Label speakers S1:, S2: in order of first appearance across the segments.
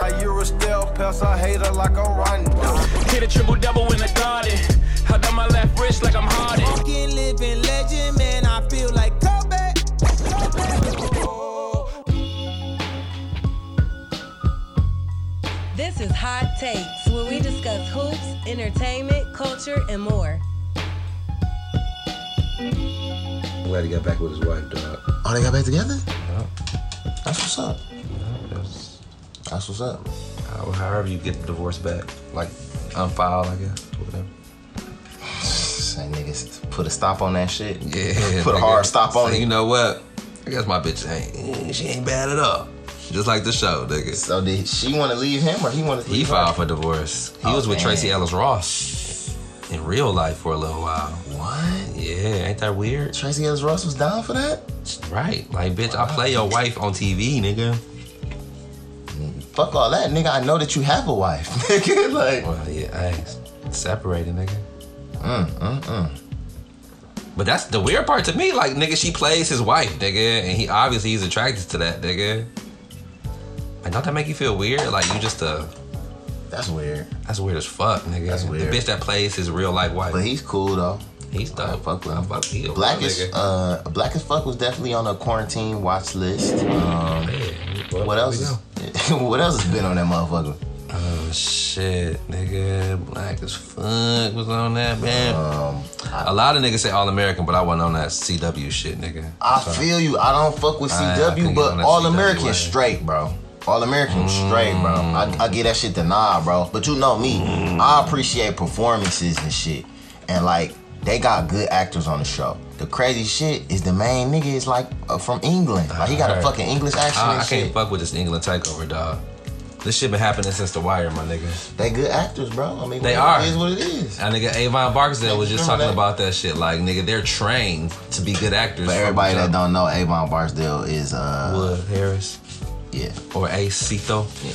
S1: Like you're a stale pest, I hate her like a rondo.
S2: Hit a triple double in the garden. I done my left wrist like I'm Harden.
S3: Fucking living legend, man. I feel like Kobe.
S4: This is Hot Takes, where we discuss hoops, entertainment, culture, and more.
S5: I'm glad he got back with his wife, dog.
S6: Oh, they got back together?
S5: Yeah,
S6: That's what's up.
S5: that's
S6: That's what's up.
S5: how, however you get the divorce back, like unfiled, I guess, whatever.
S6: Say niggas put a stop on that shit.
S5: Yeah,
S6: Put a
S5: nigga.
S6: hard stop on
S5: So You
S6: it.
S5: know what? I guess my bitch ain't eh, she ain't bad at all. Just like the show, nigga.
S6: So did she want to leave him or he want to
S5: He
S6: leave
S5: filed for divorce. He
S6: Oh,
S5: was with
S6: man.
S5: Tracy Ellis Ross in real life for a little while.
S6: her? What?
S5: Yeah, ain't that weird?
S6: Tracy Ellis Ross was down for that?
S5: Right. Like, bitch, I play your wife on TV, nigga.
S6: Fuck all that, nigga. I know that you have a wife, nigga. like,
S5: Well, yeah, I separated, nigga. Mm, But that's the weird part to me. Like, nigga, she plays his wife, nigga, and he obviously he's attracted to that, nigga. And don't that make you feel weird? Like, you just a
S6: that's weird.
S5: that's weird as fuck, nigga.
S6: That's weird.
S5: The bitch that plays his real life wife.
S6: But he's cool though.
S5: he's
S6: I
S5: dope.
S6: fuck with
S5: I
S6: him.
S5: fuck he a
S6: Black
S5: wild
S6: as
S5: nigga.
S6: uh, Black as fuck was definitely on a quarantine watch list. Um,
S5: Yeah,
S6: what
S5: there
S6: else?
S5: we
S6: Is,
S5: go.
S6: what else has been on that motherfucker?
S5: Oh shit, nigga. Black as fuck was on that, man.
S6: Um,
S5: a lot of niggas say All American, but I wasn't on that CW shit, nigga.
S6: I
S5: So-
S6: feel you. I don't fuck with
S5: I- I
S6: CW,
S5: think I'm
S6: but
S5: on that
S6: All
S5: CW
S6: American
S5: way. Mm.
S6: straight, bro. All American straight, bro. I, I get that shit denied, bro. But you know me, I appreciate performances and shit. And like, they got good actors on the show. The crazy shit is the main nigga is like uh, from England. Like he got a
S5: Alright.
S6: fucking English accent
S5: Ah, I,
S6: and
S5: I
S6: shit.
S5: can't fuck with this England takeover, dog. This shit been happening since The Wire, my nigga.
S6: They good actors, bro. I mean,
S5: They
S6: it
S5: are.
S6: is what it is.
S5: That nigga Avon Barksdale was just
S6: Remember
S5: talking
S6: that?
S5: about that shit. Like, nigga, they're trained to be good actors.
S6: For
S5: from
S6: everybody that
S5: jump.
S6: don't know, Avon Barsdale is uh,
S5: Wood Harris
S6: yeah,
S5: or Acito.
S6: yeah.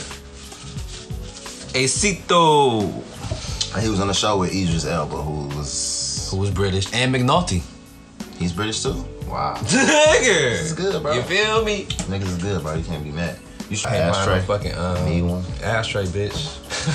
S5: Acito,
S6: And He was on the show with Idris Elba, who was
S5: who was British, and McNulty.
S6: he's British too. Wow,
S5: nigga,
S6: is good, bro.
S5: You feel me?
S6: niggas is good, bro. You can't be mad. You should
S5: I ain't buying no
S6: ashtray.
S5: fucking um,
S6: Need one.
S5: ashtray, bitch.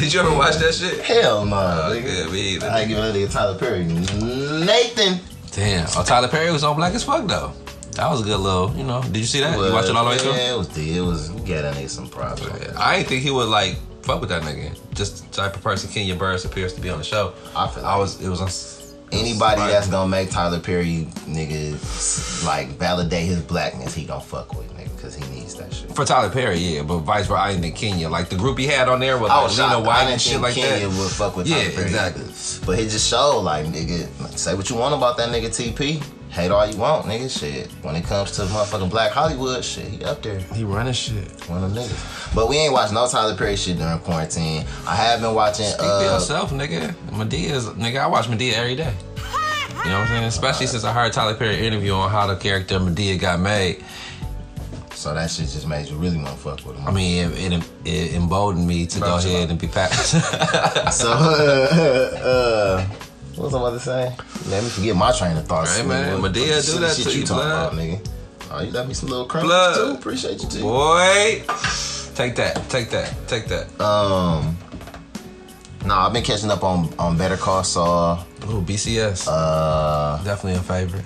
S5: Did you ever watch that shit?
S6: Hell no,
S5: Oh,
S6: nigga.
S5: good, me either.
S6: I ain't giving that nigga Tyler Perry. Nathan.
S5: Damn. Oh, Tyler Perry was on Black as Fuck though. That was a good little, you know. Did you see that? you watch it all the way through?
S6: Yeah, it was. It was. You got that nigga some props. on that.
S5: I didn't think he would like fuck with that nigga. Just the type of person Kenya Burris appears to be on the show.
S6: I feel
S5: I
S6: like-
S5: was. It was on. s- it was
S6: Anybody
S5: smart.
S6: that's gonna make Tyler Perry nigga like validate his blackness, he gonna fuck with nigga because he needs that shit.
S5: for Tyler Perry, yeah, but vice versa. I didn't think Kenya like the group he had on there was
S6: I
S5: like
S6: was
S5: Lena
S6: shocked.
S5: White
S6: I
S5: and
S6: didn't
S5: shit
S6: think
S5: like
S6: Kenya
S5: that.
S6: would fuck with
S5: Yeah,
S6: Tyler Perry.
S5: exactly.
S6: But it just showed, like, nigga, say what you want about that nigga TP. Hate all you want, nigga. Shit. When it comes to motherfucking Black Hollywood, shit, he up there.
S5: He running shit.
S6: One of them niggas. But we ain't watched no Tyler Perry shit during quarantine. I have been watching.
S5: Speak for
S6: Uh,
S5: yourself, nigga. Medea's nigga. I watch Medea every day. You know what I'm saying? Especially since I heard Tyler Perry interview on how the character Medea got made.
S6: so that shit just made you really want to fuck with him.
S5: I mean, it, it, it emboldened me to go
S6: Bro, chill
S5: ahead
S6: out.
S5: and be packed.
S6: so, uh, uh, what was I about to say? Let me forget my train of thoughts.
S5: Hey,
S6: nigga.
S5: man,
S6: What the
S5: Madea
S6: fuck
S5: do
S6: shit-
S5: that
S6: shit
S5: to
S6: you,
S5: you,
S6: talking
S5: blood.
S6: about, nigga. Oh, you left me some little crumbs
S5: Blood.
S6: too. Appreciate you too.
S5: Boy, take that, take that, take that.
S6: Um, no, I've been catching up on on Better Call Saul.
S5: Ooh, BCS.
S6: Uh,
S5: Definitely a favorite.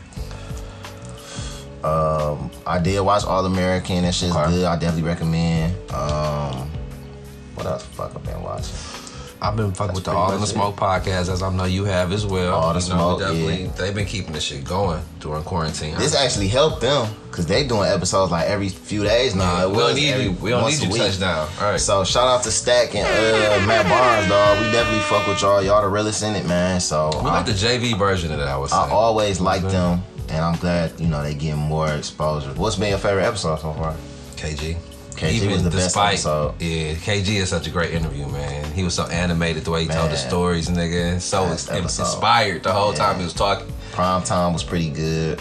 S6: I did watch All American. That shit's
S5: Okay.
S6: good. I definitely recommend. Um, what else? the Fuck, I've been watching.
S5: I've been fucking with the
S6: pretty
S5: All in
S6: much
S5: the
S6: it.
S5: Smoke podcast, as I know you have as well.
S6: All in the
S5: You know,
S6: Smoke,
S5: we They've been keeping this shit going during quarantine.
S6: This actually helped them because they doing episodes like every few days now. It
S5: we don't
S6: was
S5: need
S6: every
S5: you. We don't
S6: once
S5: need
S6: a
S5: you
S6: week.
S5: touchdown. All right.
S6: So shout out to Stack and uh, Matt Barnes, dog. We definitely fuck with y'all. Y'all the realest in it, man. So
S5: we
S6: I-
S5: like the JV version of that. I would say.
S6: I always like them, and I'm glad you know they getting more exposure. What's been your favorite episode so far?
S5: KG.
S6: KG was the best episode.
S5: yeah, KG is such a great interview, man. He was so animated the way he told the
S6: Man.
S5: stories, nigga. So
S6: Best
S5: in-
S6: episode.
S5: inspired the whole
S6: Yeah.
S5: time he was talking.
S6: Prime time was pretty good.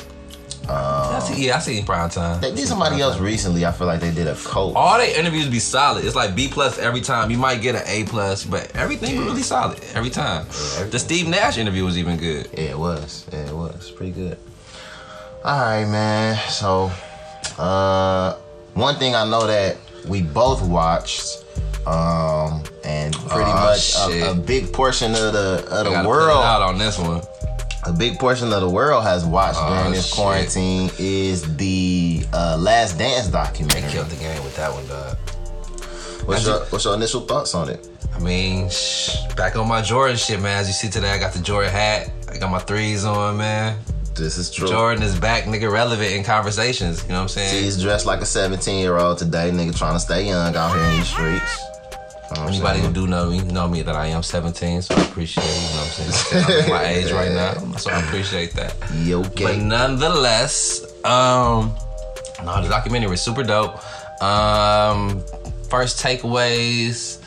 S5: I
S6: Uh,
S5: see, yeah, I seen prime time.
S6: They did somebody else recently. I feel like they did a coat.
S5: All their interviews be solid. It's like B plus every time. You might get an A plus, but everything really solid every time. The Steve Nash interview was even good.
S6: Yeah, it was. Yeah, it was pretty good. All right, man. So Uh, one thing I know that we both watched, um, and pretty
S5: Aw,
S6: much a, a
S5: Oh, shit.
S6: big portion of the of
S5: I gotta put
S6: the
S5: it out
S6: world,
S5: on this one.
S6: a big portion of the world has watched
S5: Aw,
S6: during this
S5: Oh, shit.
S6: quarantine is the uh, Last Dance documentary.
S5: Killed the game with that one, dog.
S6: What's your, what's your initial thoughts on it?
S5: I mean, shh, back on my Jordan shit, man. As you see today, I got the Jordan hat. I got my threes on, man.
S6: This is true.
S5: Jordan is back, nigga, relevant in conversations. You know what I'm saying?
S6: He's dressed like a 17 year old today, nigga, trying to stay young out here in these streets. You know what I'm
S5: Anybody who
S6: saying?
S5: do know me know me that I am 17, so I appreciate it. You know what I'm saying? I'm my age right now, so I appreciate that.
S6: You
S5: But
S6: okay?
S5: nonetheless, um, no, the documentary was super dope. Um, first takeaways: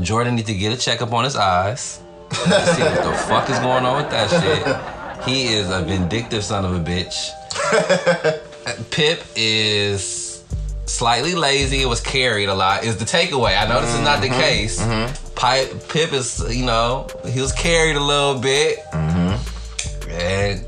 S5: Jordan need to get a checkup on his eyes. Let's see what the fuck is going on with that shit. He is a vindictive son of a bitch. Pip is slightly lazy. It was carried a lot. Is the takeaway? I know this is not the case. Pi- Pip is, you know, he was carried a little bit and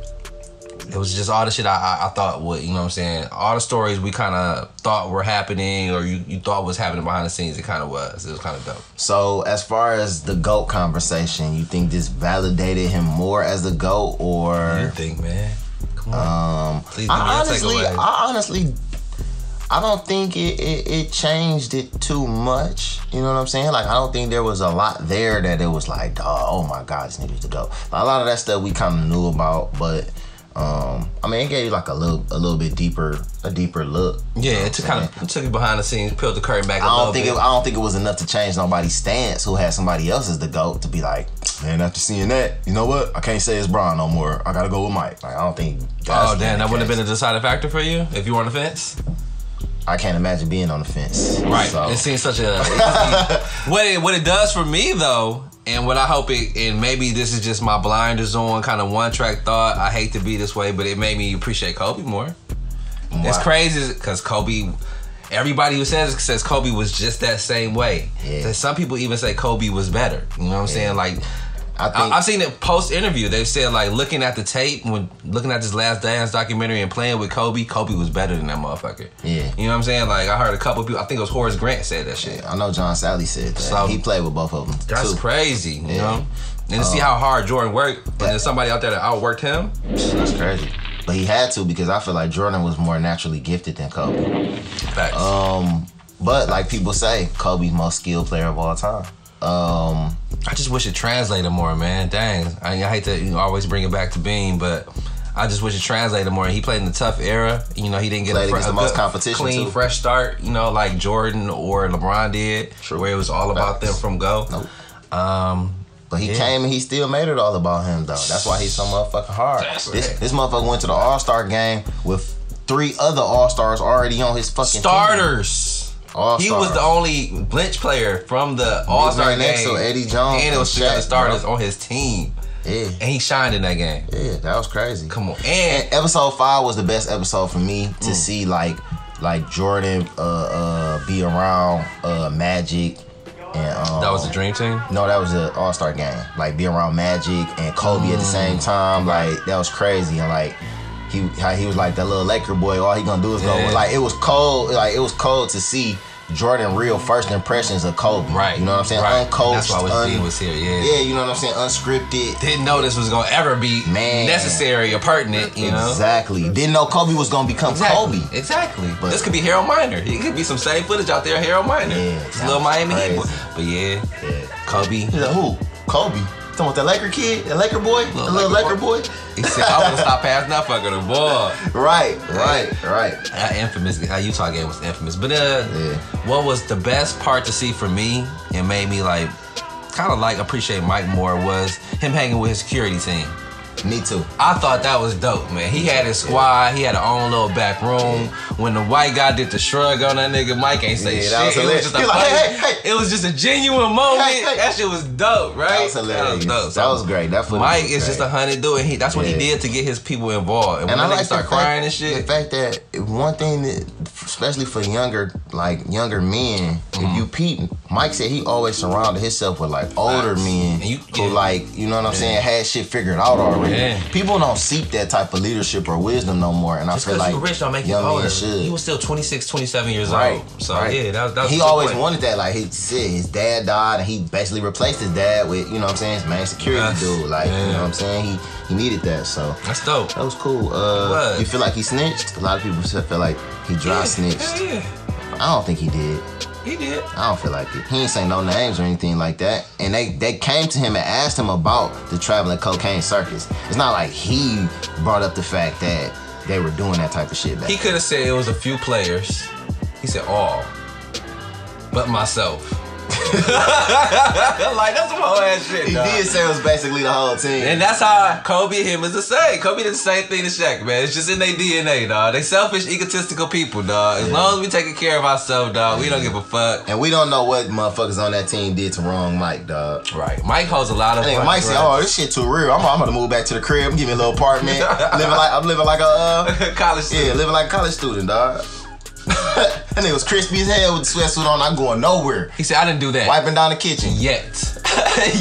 S5: it was just all the shit I, I, I thought would, you know what I'm saying? All the stories we kind of thought were happening or you, you thought was happening behind the scenes, it kind of was. It was kind of dope.
S6: So, as far as the GOAT conversation, you think this validated him more as the GOAT
S5: What do you
S6: or.
S5: think, man? Come on. Um, Please give me
S6: I
S5: a
S6: honestly,
S5: takeaway.
S6: I honestly, I don't think it, it, it changed it too much. You know what I'm saying? Like, I don't think there was a lot there that it was like, dawg, oh my God, this needed to go. A lot of that stuff we kind of knew about, but. Um, I mean, it gave you like a little, a little bit deeper, a deeper look.
S5: yeah, it took kind of took it behind the scenes, peeled the curtain back a
S6: I
S5: little
S6: don't think
S5: bit.
S6: it, I don't think it was enough to change nobody's stance who had somebody else as the goat to be like, man, after seeing that, you know what? I can't say it's Brian no more. I gotta go with Mike. Like I don't think.
S5: oh
S6: that's
S5: damn,
S6: the
S5: that wouldn't have
S6: case.
S5: been a deciding factor for you if you were on the fence.
S6: I can't imagine being on the fence.
S5: Right.
S6: So,
S5: It seems such a what it what it does for me though, and what I hope it and maybe this is just my blinders on kind of one track thought. I hate to be this way, but it made me appreciate Kobe more. It's
S6: wow.
S5: crazy because Kobe. Everybody who says says Kobe was just that same way.
S6: Yeah.
S5: So Some people even say Kobe was better. You know what I'm saying? Like.
S6: I
S5: I-
S6: think
S5: I've seen it post interview. They've said like looking at the tape when looking at this Last Dance documentary and playing with Kobe. Kobe was better than that motherfucker.
S6: Yeah.
S5: you know what I'm saying. Like I heard a couple people. I think it was Horace Grant said that shit.
S6: I know John Sally said that.
S5: So-
S6: he played with both of them.
S5: That's
S6: too.
S5: crazy. You
S6: Yeah. Uh,
S5: know. And to see how hard Jordan worked, and there's somebody out there that outworked him.
S6: That's crazy. But he had to because I feel like Jordan was more naturally gifted than Kobe.
S5: Facts.
S6: Uh, But like people say, Kobe's most skilled player of all time. Um,
S5: I just wish it translated more, man. Dang, I, I hate to you know, always bring it back to Bean, but I just wish it translated more. He played in a tough era. You know, he didn't get
S6: Played
S5: a, fre-
S6: against
S5: a
S6: the most
S5: good,
S6: competition,
S5: clean,
S6: too.
S5: fresh start. You know, like Jordan or LeBron did,
S6: True.
S5: where it was all about
S6: Facts.
S5: them from go.
S6: Nope.
S5: Um,
S6: But he
S5: Yeah.
S6: came and he still made it all about him though. That's why he's so motherfucking hard.
S5: That's
S6: This
S5: right.
S6: this motherfucker went to the All Star game with three other All Stars already on his fucking
S5: starters.
S6: All
S5: He was the only bench player from the All Star
S6: right
S5: game.
S6: next to Eddie Jones
S5: and it was
S6: and
S5: three other
S6: Shaq,
S5: starters on his team,
S6: Team. Yeah,
S5: and he shined in that game.
S6: yeah, that was crazy.
S5: Come on, Mm.
S6: And
S5: and
S6: episode five was the best episode for me to see like like Jordan uh, uh, be around uh, Magic and um,
S5: that was the dream team.
S6: No, that was an All Star game. Like be around Magic and Kobe at the
S5: Mm.
S6: same time, like that was crazy. And like he how he was like that little Laker boy. All he gonna do is go.
S5: Yeah.
S6: Like it was cold. Like it was cold to see Jordan real first impressions of Kobe.
S5: Right.
S6: You know what I'm saying?
S5: Right.
S6: Uncoached.
S5: That's why I
S6: un-
S5: wish Dean was here.
S6: yeah. You know what I'm saying? Unscripted.
S5: didn't know this was gonna ever be
S6: Man.
S5: necessary or pertinent, you know?
S6: Exactly. Didn't know Kobe was gonna become
S5: Exactly.
S6: Kobe.
S5: Exactly.
S6: But-
S5: this could be Harold Miner. It could be some same footage out there, of Harold Miner.
S6: Yeah,
S5: It's
S6: that
S5: little
S6: was
S5: Miami Heat.
S6: crazy.
S5: boy. But yeah,
S6: Yeah.
S5: Kobe.
S6: He's like, who? Kobe. You Talking about that Laker kid, that Laker boy, the little Laker, boy.
S5: He said, I want to stop passing that fucker the ball.
S6: Right. Right. Right.
S5: That infamous, that Utah game was infamous. But uh,
S6: Yeah.
S5: what was the best part to see for me and made me like, kind of like appreciate Mike more was him hanging with his security team.
S6: Me too.
S5: I thought that was dope, man. He had his squad. He had his own little back room. When the white guy did the shrug on that nigga, Mike ain't say
S6: Yeah, that was
S5: shit. it was
S6: hilarious.
S5: just a
S6: He like,
S5: funny-
S6: "Hey, hey, hey."
S5: It was just a genuine moment.
S6: Hey, hey.
S5: That shit was dope, right?
S6: That was hilarious. That was,
S5: dope. So
S6: great. That footage
S5: Mike
S6: was
S5: is just
S6: great.
S5: a hundred dude, and he, that's what
S6: Yeah.
S5: he did to get his people involved. And,
S6: And I
S5: when they
S6: like
S5: start
S6: the fact,
S5: crying and shit,
S6: The fact
S5: Mm-hmm.
S6: that one thing that, especially for younger, like younger men, if you peep, Mike said he always surrounded himself with like older
S5: Facts.
S6: men
S5: And you-
S6: who
S5: yeah.
S6: like you know what I'm saying had shit figured out already.
S5: Yeah.
S6: People don't seek that type of leadership or wisdom no more, and
S5: Just
S6: I feel
S5: because
S6: like
S5: you rich don't make you
S6: young men
S5: older.
S6: should.
S5: You was still 26, 27 years
S6: Right.
S5: old. So
S6: right.
S5: yeah, that, that was
S6: he
S5: the
S6: always
S5: point.
S6: wanted that. Like he said, his dad died, and he basically replaced his dad with you know what I'm saying, his man security
S5: Yes.
S6: dude. Like you
S5: Yeah.
S6: know what I'm saying, he he needed that. So
S5: That's dope.
S6: that was cool. Uh,
S5: was.
S6: you feel like he snitched? A lot of people feel feel like he dry
S5: Yeah,
S6: snitched.
S5: hell yeah,
S6: I don't think he did.
S5: he did.
S6: I don't feel like it. He ain't say no names or anything like that. And they, they came to him and asked him about the traveling cocaine circus. It's not like he brought up the fact that they were doing that type of shit back.
S5: He could have said it was a few players. He said all, but myself. like that's some whole ass shit.
S6: He
S5: dog.
S6: did say it was basically the whole team.
S5: And that's how Kobe and him is the same. Kobe did the same thing to Shaq, man. It's just in their DNA, dog. They selfish, egotistical people, dog. As long as we taking care of ourselves, dog, we don't give a fuck.
S6: And we don't know what motherfuckers on that team did to wrong Mike, dog.
S5: Right. Mike holds a lot of.
S6: That nigga
S5: fucking
S6: Mike said,
S5: grudges.
S6: "Oh, this shit too real. I'm, I'm gonna move back to the crib. Give me a little apartment. living like I'm living like a uh,
S5: college
S6: yeah, living like a college student, dog." that nigga was crispy as hell with the sweatsuit on. I'm going nowhere.
S5: He said, I didn't do that.
S6: Wiping down the kitchen.
S5: Yet.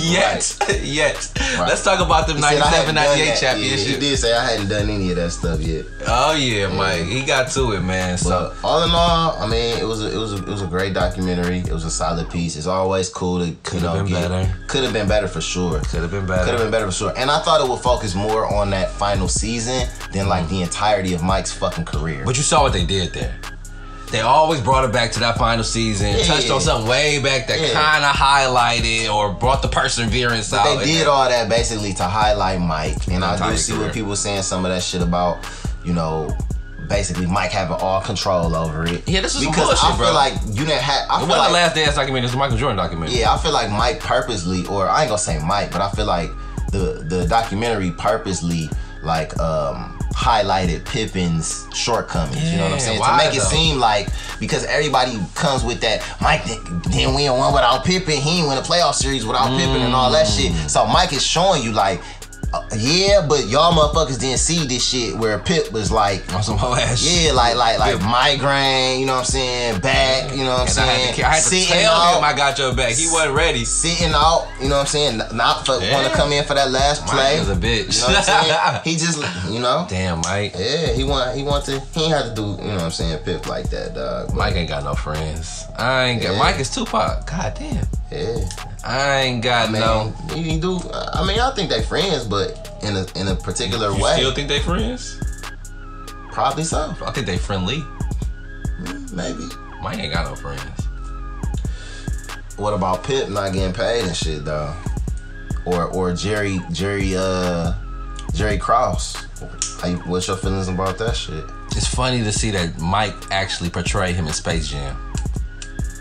S5: Yet. Yet.
S6: Right.
S5: Let's talk about them
S6: He said, "I
S5: 97 98
S6: hadn't done that." Yeah, he
S5: championship.
S6: did say I hadn't done any of that stuff yet.
S5: oh, yeah, Mike. He got to it, man. So,
S6: But all in all, I mean, it was a, it was a, it was a great documentary. It was a solid piece. It's always cool to could
S5: Could've been better.
S6: Could have been better for sure.
S5: could have been better.
S6: Could have been better for sure. And I thought it would focus more on that final season than like the entirety of Mike's fucking career.
S5: But you saw what they did there. They always brought it back to that final season,
S6: Yeah.
S5: touched on something way back that
S6: Yeah.
S5: kind of highlighted or brought the perseverance out.
S6: they
S5: And
S6: did
S5: then-
S6: all that basically to highlight Mike. And I do
S5: Entire
S6: see
S5: career.
S6: what people saying some of that shit about, you know, basically Mike having all control over it.
S5: Yeah, this was some
S6: because
S5: bullshit,
S6: I feel
S5: bro.
S6: like you didn't have. I
S5: It
S6: feel
S5: wasn't
S6: like
S5: the last dance documentary. It was the Michael Jordan documentary.
S6: Yeah, I feel like Mike purposely, or I ain't gonna say Mike, but I feel like the the documentary purposely like um highlighted Pippin's shortcomings. you know what
S5: Yeah,
S6: I'm saying? To
S5: why
S6: make it
S5: though?
S6: seem like because everybody comes with that Mike didn't- didn't win one without Pippin, he ain't win a playoff series without Pippin and all that shit.
S5: Mm.
S6: So Mike is showing you like. uh, yeah, but y'all motherfuckers didn't see this shit where Pip was like,
S5: On some whole ass shit.
S6: yeah, like like like migraine, you know what I'm saying, back, you know what I'm
S5: And I
S6: saying,
S5: had to, I had to
S6: sitting
S5: tell
S6: out
S5: him I got your back. He wasn't ready.
S6: sitting out, you know what I'm saying? Not for,
S5: Yeah.
S6: want to come in for that last play.
S5: Mike is a bitch.
S6: You know what I'm saying? he just, you know.
S5: Damn, Mike.
S6: Yeah, he want he want to he ain't have to do, you know what I'm saying, Pip like that, dog. But,
S5: Mike ain't got no friends. I ain't got.
S6: Yeah.
S5: Mike is Tupac. God damn.
S6: yeah.
S5: I ain't got
S6: Man,
S5: no.
S6: you can do I mean, I think they friends, but in a in a particular
S5: You
S6: way.
S5: still think they friends?
S6: probably so.
S5: I think they friendly.
S6: Maybe.
S5: Mike ain't got no friends.
S6: What about Pip not getting paid and shit, dog? Or or Jerry Jerry uh Jerry Cross. How you, what's your feelings about that shit?
S5: It's funny to see that Mike actually portrayed him in Space Jam.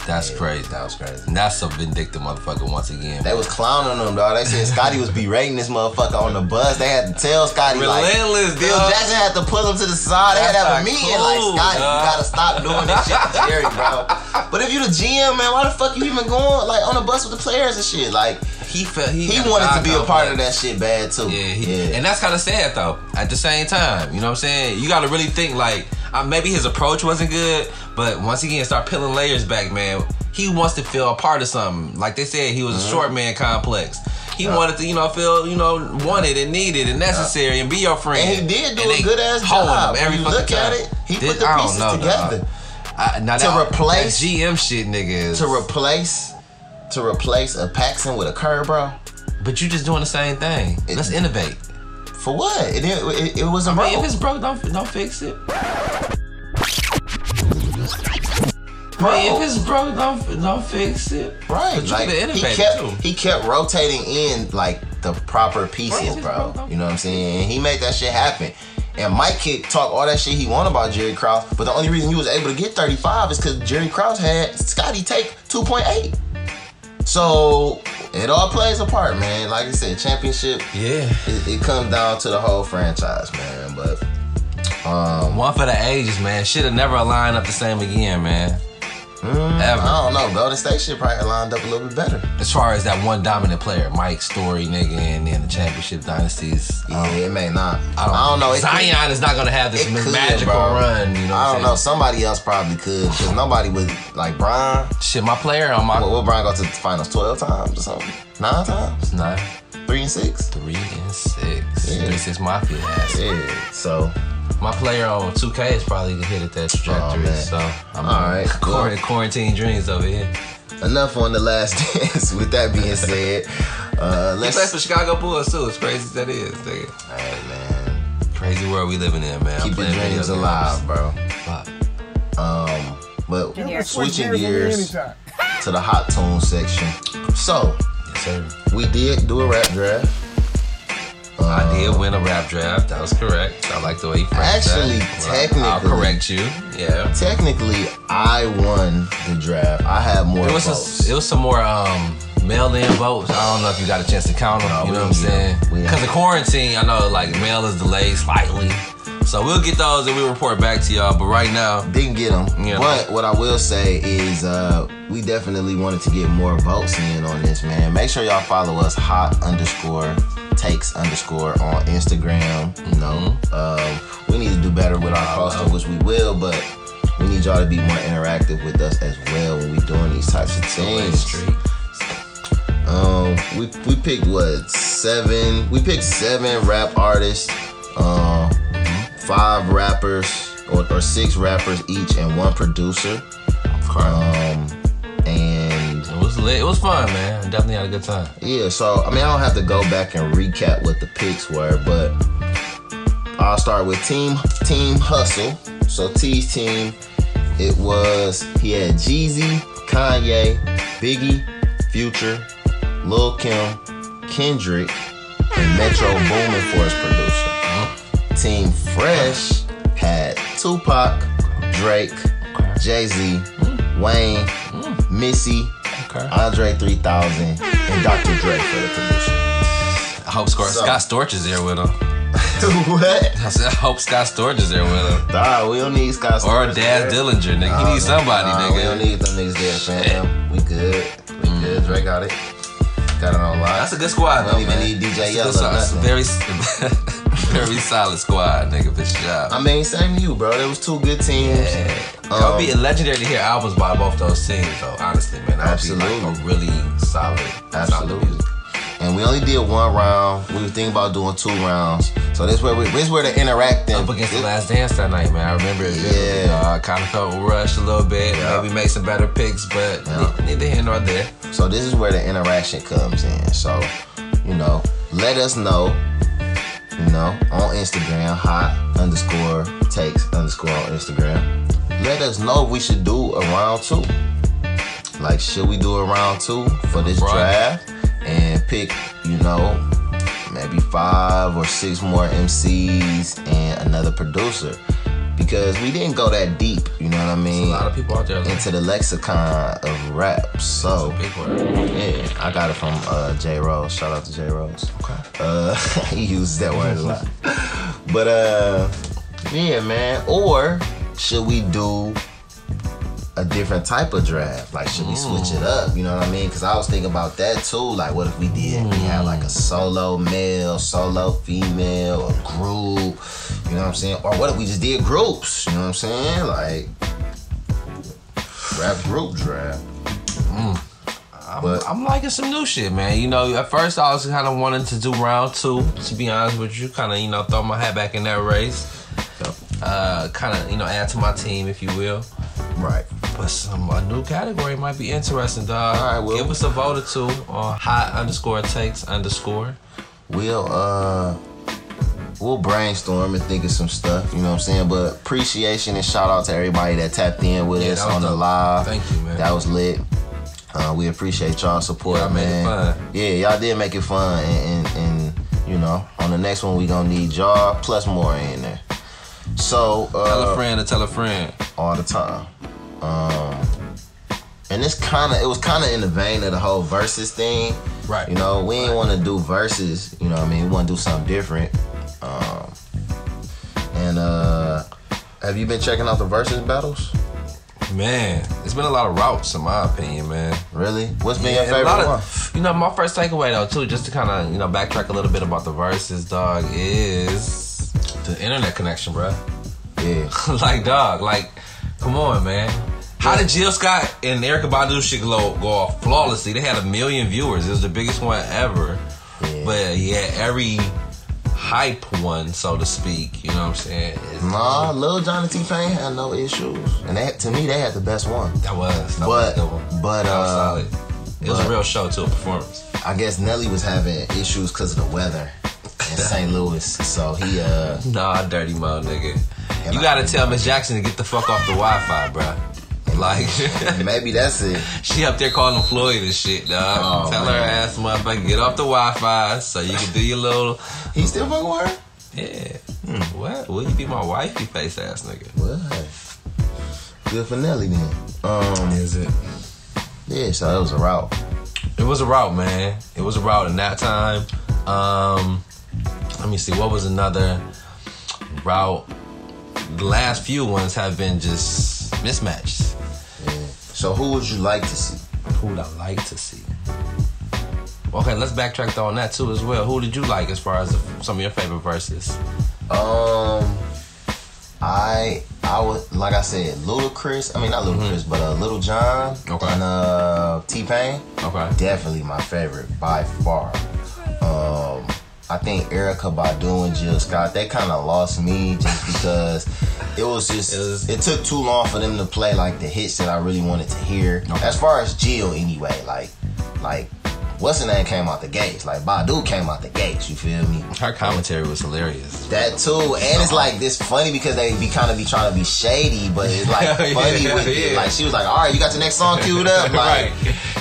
S5: That's crazy.
S6: That was crazy.
S5: And that's a vindictive motherfucker once again.
S6: They was clowning him, dog. They said Scotty was berating this motherfucker on the bus. They had to tell Scotty like.
S5: Relentless,
S6: Bill
S5: dog.
S6: Jackson had to pull him to the side. They had to
S5: That's
S6: have a
S5: not
S6: meeting
S5: cool,
S6: like, Scotty,
S5: dog.
S6: you gotta stop doing this shit to Jerry, bro. But if you the GM, man, why the fuck you even going like on the bus with the players and shit? Like
S5: He felt he,
S6: he
S5: had
S6: wanted to
S5: God
S6: be a part of
S5: complex.
S6: that shit bad too.
S5: Yeah, he, and that's kind of sad though. At the same time, you know what I'm saying? You got to really think like uh, maybe his approach wasn't good, but once again, start peeling layers back, man. He wants to feel a part of something. Like they said, he
S6: Mm-hmm.
S5: was a short man complex. He wanted to, you know, feel, you know, wanted and needed and necessary and be your friend.
S6: And he did do
S5: And
S6: a
S5: they
S6: good ass
S5: hoeing
S6: job.
S5: him every
S6: When you
S5: fucking
S6: look at
S5: time.
S6: it, he
S5: This-
S6: put the
S5: I don't
S6: pieces
S5: know, dog.
S6: together.
S5: I, now
S6: To
S5: that-
S6: replace-
S5: that GM shit, nigga. Is,
S6: to replace to replace a Paxson with a curb, bro.
S5: but you just doing the same thing.
S6: It-
S5: Let's innovate.
S6: For what? It didn't- it, it wasn't
S5: Hey,
S6: broke.
S5: if it's broke, don't don't fix it. Hey, if it's broke, don't don't fix it.
S6: Right.
S5: But you could have
S6: like, he
S5: innovated
S6: kept
S5: too.
S6: he kept rotating in like the proper pieces,
S5: Right,
S6: bro.
S5: bro.
S6: You know what I'm saying? And he made that shit happen. And Mike could talk all that shit he want about Jerry Krause, but the only reason he was able to get 35 is because Jerry Krause had Scotty take 2.8. So it all plays a part, man. Like I said, championship.
S5: Yeah.
S6: It, it comes down to the whole franchise, man. But
S5: One for the ages, man. Should have never lined up the same again, man. Ever.
S6: Mm, I don't know. Golden State shit probably lined up a little bit better.
S5: As far as that one dominant player, Mike Story, nigga, and then the championship dynasties.
S6: Yeah, it may not. Oh. I don't, know. It could-
S5: Zion is not gonna have this
S6: it could,
S5: magical
S6: bro.
S5: run. You know what
S6: I
S5: I'm
S6: don't know.
S5: saying?
S6: Somebody else probably could because nobody was like Brian.
S5: Shit, my player on my
S6: What, what Brian go to the finals twelve times or something? Nine times?
S5: nine,
S6: Three and six?
S5: three and six,
S6: Yeah.
S5: three six mafia ass.
S6: Yeah. So
S5: My player on 2K is probably gonna hit at that trajectory.
S6: Oh, man.
S5: so I'm
S6: All right, cool.
S5: Quar- quarantine dreams over here.
S6: enough on the last dance. With that being said, uh,
S5: He plays
S6: let's.
S5: for Chicago Bulls too. As crazy as that is, nigga.
S6: Hey man,
S5: Crazy world we living in, man. I'm
S6: keep your
S5: playing video games.
S6: dreams alive, bro.
S5: Fuck.
S6: But
S7: can switch gears on
S6: switching
S7: me
S6: gears
S7: anytime.
S6: to the hot tune section. So
S5: Yes, sir.
S6: we did do a rap draft. Uh,
S5: I did win a rap draft. That was correct. I like the way you phrased
S6: Actually,
S5: that. Well, I'll
S6: technically-
S5: correct you. Yeah.
S6: Technically, I won the draft. I had more
S5: It was
S6: votes.
S5: just, it was some more um, mail-in votes. I don't know if you got a chance to count them. you
S6: we
S5: know what I'm
S6: didn't get
S5: saying?
S6: them. We didn't
S5: Because the
S6: get
S5: quarantine, I know like mail is delayed slightly, so we'll get those and we'll report back to y'all. But right now,
S6: Didn't get them.
S5: Yeah.
S6: But what I will say is uh, we definitely wanted to get more votes in on this, man. Make sure y'all follow us hot underscore takes underscore on Instagram. You know, um, we need to do better with our posting, which we will, but we need y'all to be more interactive with us as well when we doing these types of things. Um, we we picked what seven? We picked seven rap artists, uh, five rappers or, or six rappers each, and one producer. Um, and
S5: It was lit. It was fun, man. I definitely had a good time.
S6: yeah, so I mean, I don't have to go back and recap what the picks were, but I'll start with team Team Hustle. So T's team, it was he had Jeezy, Kanye, Biggie, Future, Lil Kim, Kendrick, and Metro Boomin for his producer. Team Fresh had Tupac, Drake, Jay Z, Wayne, Missy,
S5: Okay.
S6: Andre 3000, and Dr. Dre for the producer.
S5: I hope Scott,
S6: So-
S5: Scott Storch is there with him.
S6: what?
S5: I said, I hope Scott Storch is there with him.
S6: Nah, we don't need Scott
S5: Or
S6: Storch
S5: Daz
S6: there.
S5: Dillinger, nigga.
S6: Nah,
S5: He needs somebody,
S6: nah, We don't
S5: nigga.
S6: need them niggas there, fam. We good. We good. Dre got it. Got it online.
S5: That's a good squad,
S6: We
S5: though,
S6: don't even
S5: man.
S6: need DJ
S5: That's a
S6: Yellow,
S5: good squad. That's a
S6: nothing.
S5: very, s- very solid squad, nigga. Good job.
S6: I mean, same to you, bro. There was two good teams.
S5: Yeah.
S6: Um,
S5: that would be legendary to hear albums by both those teams, though. Honestly, man, that would be like
S6: Absolutely.
S5: a really solid, solid
S6: Absolutely.
S5: music.
S6: And we only did one round. We were thinking about doing two rounds. So this where we this where the interacting.
S5: Up against the last dance that night, man. I remember it. vividly,
S6: Yeah.
S5: dog. I kind of felt rushed a little bit.
S6: Yeah.
S5: Maybe make some better picks, but
S6: Yeah.
S5: ne- neither here nor there.
S6: So this is where the interaction comes in. So, you know, let us know. You know, on Instagram, hot underscore takes underscore on Instagram. Let us know if we should do a round two. Like, should we do a round two for this
S5: Right.
S6: draft and pick, you know, maybe five or six more MCs and another producer? Because we didn't go that deep, you know what I
S5: A
S6: mean?
S5: lot of people out there. Like, "Oh,
S6: Into the lexicon of rap. So,
S5: big word.
S6: yeah, I got it from uh, J Rose. Shout out to J Rose.
S5: Okay.
S6: Uh, he uses that word a lot. But uh, yeah, man. Or should we do a different type of draft? Like, should we
S5: Mm.
S6: switch it up? You know what I mean? Because I was thinking about that too. Like, what if we did? We had like
S5: Mm.
S6: a solo male, solo female, a group. You know what I'm saying? Or what if we just did groups? You know what I'm saying? Like, rap group draft. But
S5: Mm. I'm liking some new shit, man. You know, at first I was kind of wanting to do round two. To be honest with you, kind of you know throw my hat back in that race. Uh, kind of you know add to my team, if you will.
S6: right.
S5: But some a new category might be interesting, dog.
S6: All right, well-
S5: give us a vote or two on hot underscore takes underscore.
S6: we'll uh we'll brainstorm and think of some stuff you know what i'm saying but appreciation and shout out to everybody that tapped in with
S5: Yeah,
S6: us
S5: that was
S6: on the
S5: dope.
S6: live
S5: Thank you, man.
S6: that was lit uh, we appreciate y'all support
S5: Y'all made it
S6: man
S5: fun.
S6: yeah y'all did make it fun and, and and you know on the next one we gonna need y'all plus more in there so uh,
S5: Tell a friend to tell a friend.
S6: all the time. Um, and it's kind of it was kind of in the vein of the whole versus thing.
S5: Right.
S6: You know, we ain't want to do verses. You know, what I mean, we want to do something different. Um, and uh, have you been checking out the versus battles?
S5: Man, it's been a lot of routes in my opinion, man.
S6: Really? What's been your
S5: Yeah, a
S6: favorite
S5: lot
S6: one?
S5: of, you know, my first takeaway though, too, just to kind of you know backtrack a little bit about the verses, dog, is the internet connection, bruh.
S6: Yeah.
S5: like, dog, like, come on, man. How did Jill Scott and Erica Badu shit go, go off flawlessly? They had a million viewers. It was the biggest one ever.
S6: Yeah.
S5: But yeah, every hype one, so to speak. You know what I'm saying? It's-
S6: Nah, Lil Jon and T Pain had no issues, and they, to me they had the best one.
S5: That was. That was
S6: But-
S5: a good one.
S6: but,
S5: that was
S6: uh,
S5: solid. It was a
S6: but-
S5: real show too, a performance.
S6: I guess Nelly was having issues because of the weather in St. Louis, so he uh
S5: Nah, dirty mo nigga.
S6: And
S5: You
S6: I-
S5: gotta tell Miss Jackson to get the fuck off the Wi-Fi, bruh. Like
S6: maybe that's it.
S5: she up there calling Floyd and shit, dog.
S6: Oh,
S5: tell her
S6: man.
S5: ass motherfucker get off the Wi-Fi so you can do your little
S6: He still fucking with her.
S5: Yeah. Hmm, What? Will you be my wifey face ass nigga?
S6: What? Good for Nelly then. Um,
S5: Is it?
S6: yeah, so that was a route.
S5: It was a route, man. It was a route in that time. Um, let me see. What was another route? The last few ones have been just mismatched.
S6: Yeah. So who would you like to see?
S5: Who would I like to see? Okay, let's backtrack though on that too as well. Who did you like as far as some of your favorite verses?
S6: Um, I I would like I said Ludacris. I mean not Ludacris, but uh, Little John
S5: Okay.
S6: and uh T Pain.
S5: Okay.
S6: Definitely my favorite by far. Um, I think Erica Badu and Jill Scott they kind of lost me just because it was just
S5: It
S6: it,
S5: was-
S6: took too long for them to play like the hits that I really wanted to hear.
S5: Okay.
S6: As far as Jill anyway, like like. What's her name came out the gates? Like Badu came out the gates. You feel me?
S5: Her commentary was hilarious.
S6: That too, and it's like this funny because they be kind of be trying to be shady, but it's like
S5: Yeah,
S6: funny with it.
S5: yeah.
S6: Like she was like, "All right, you got the next song queued up." Like,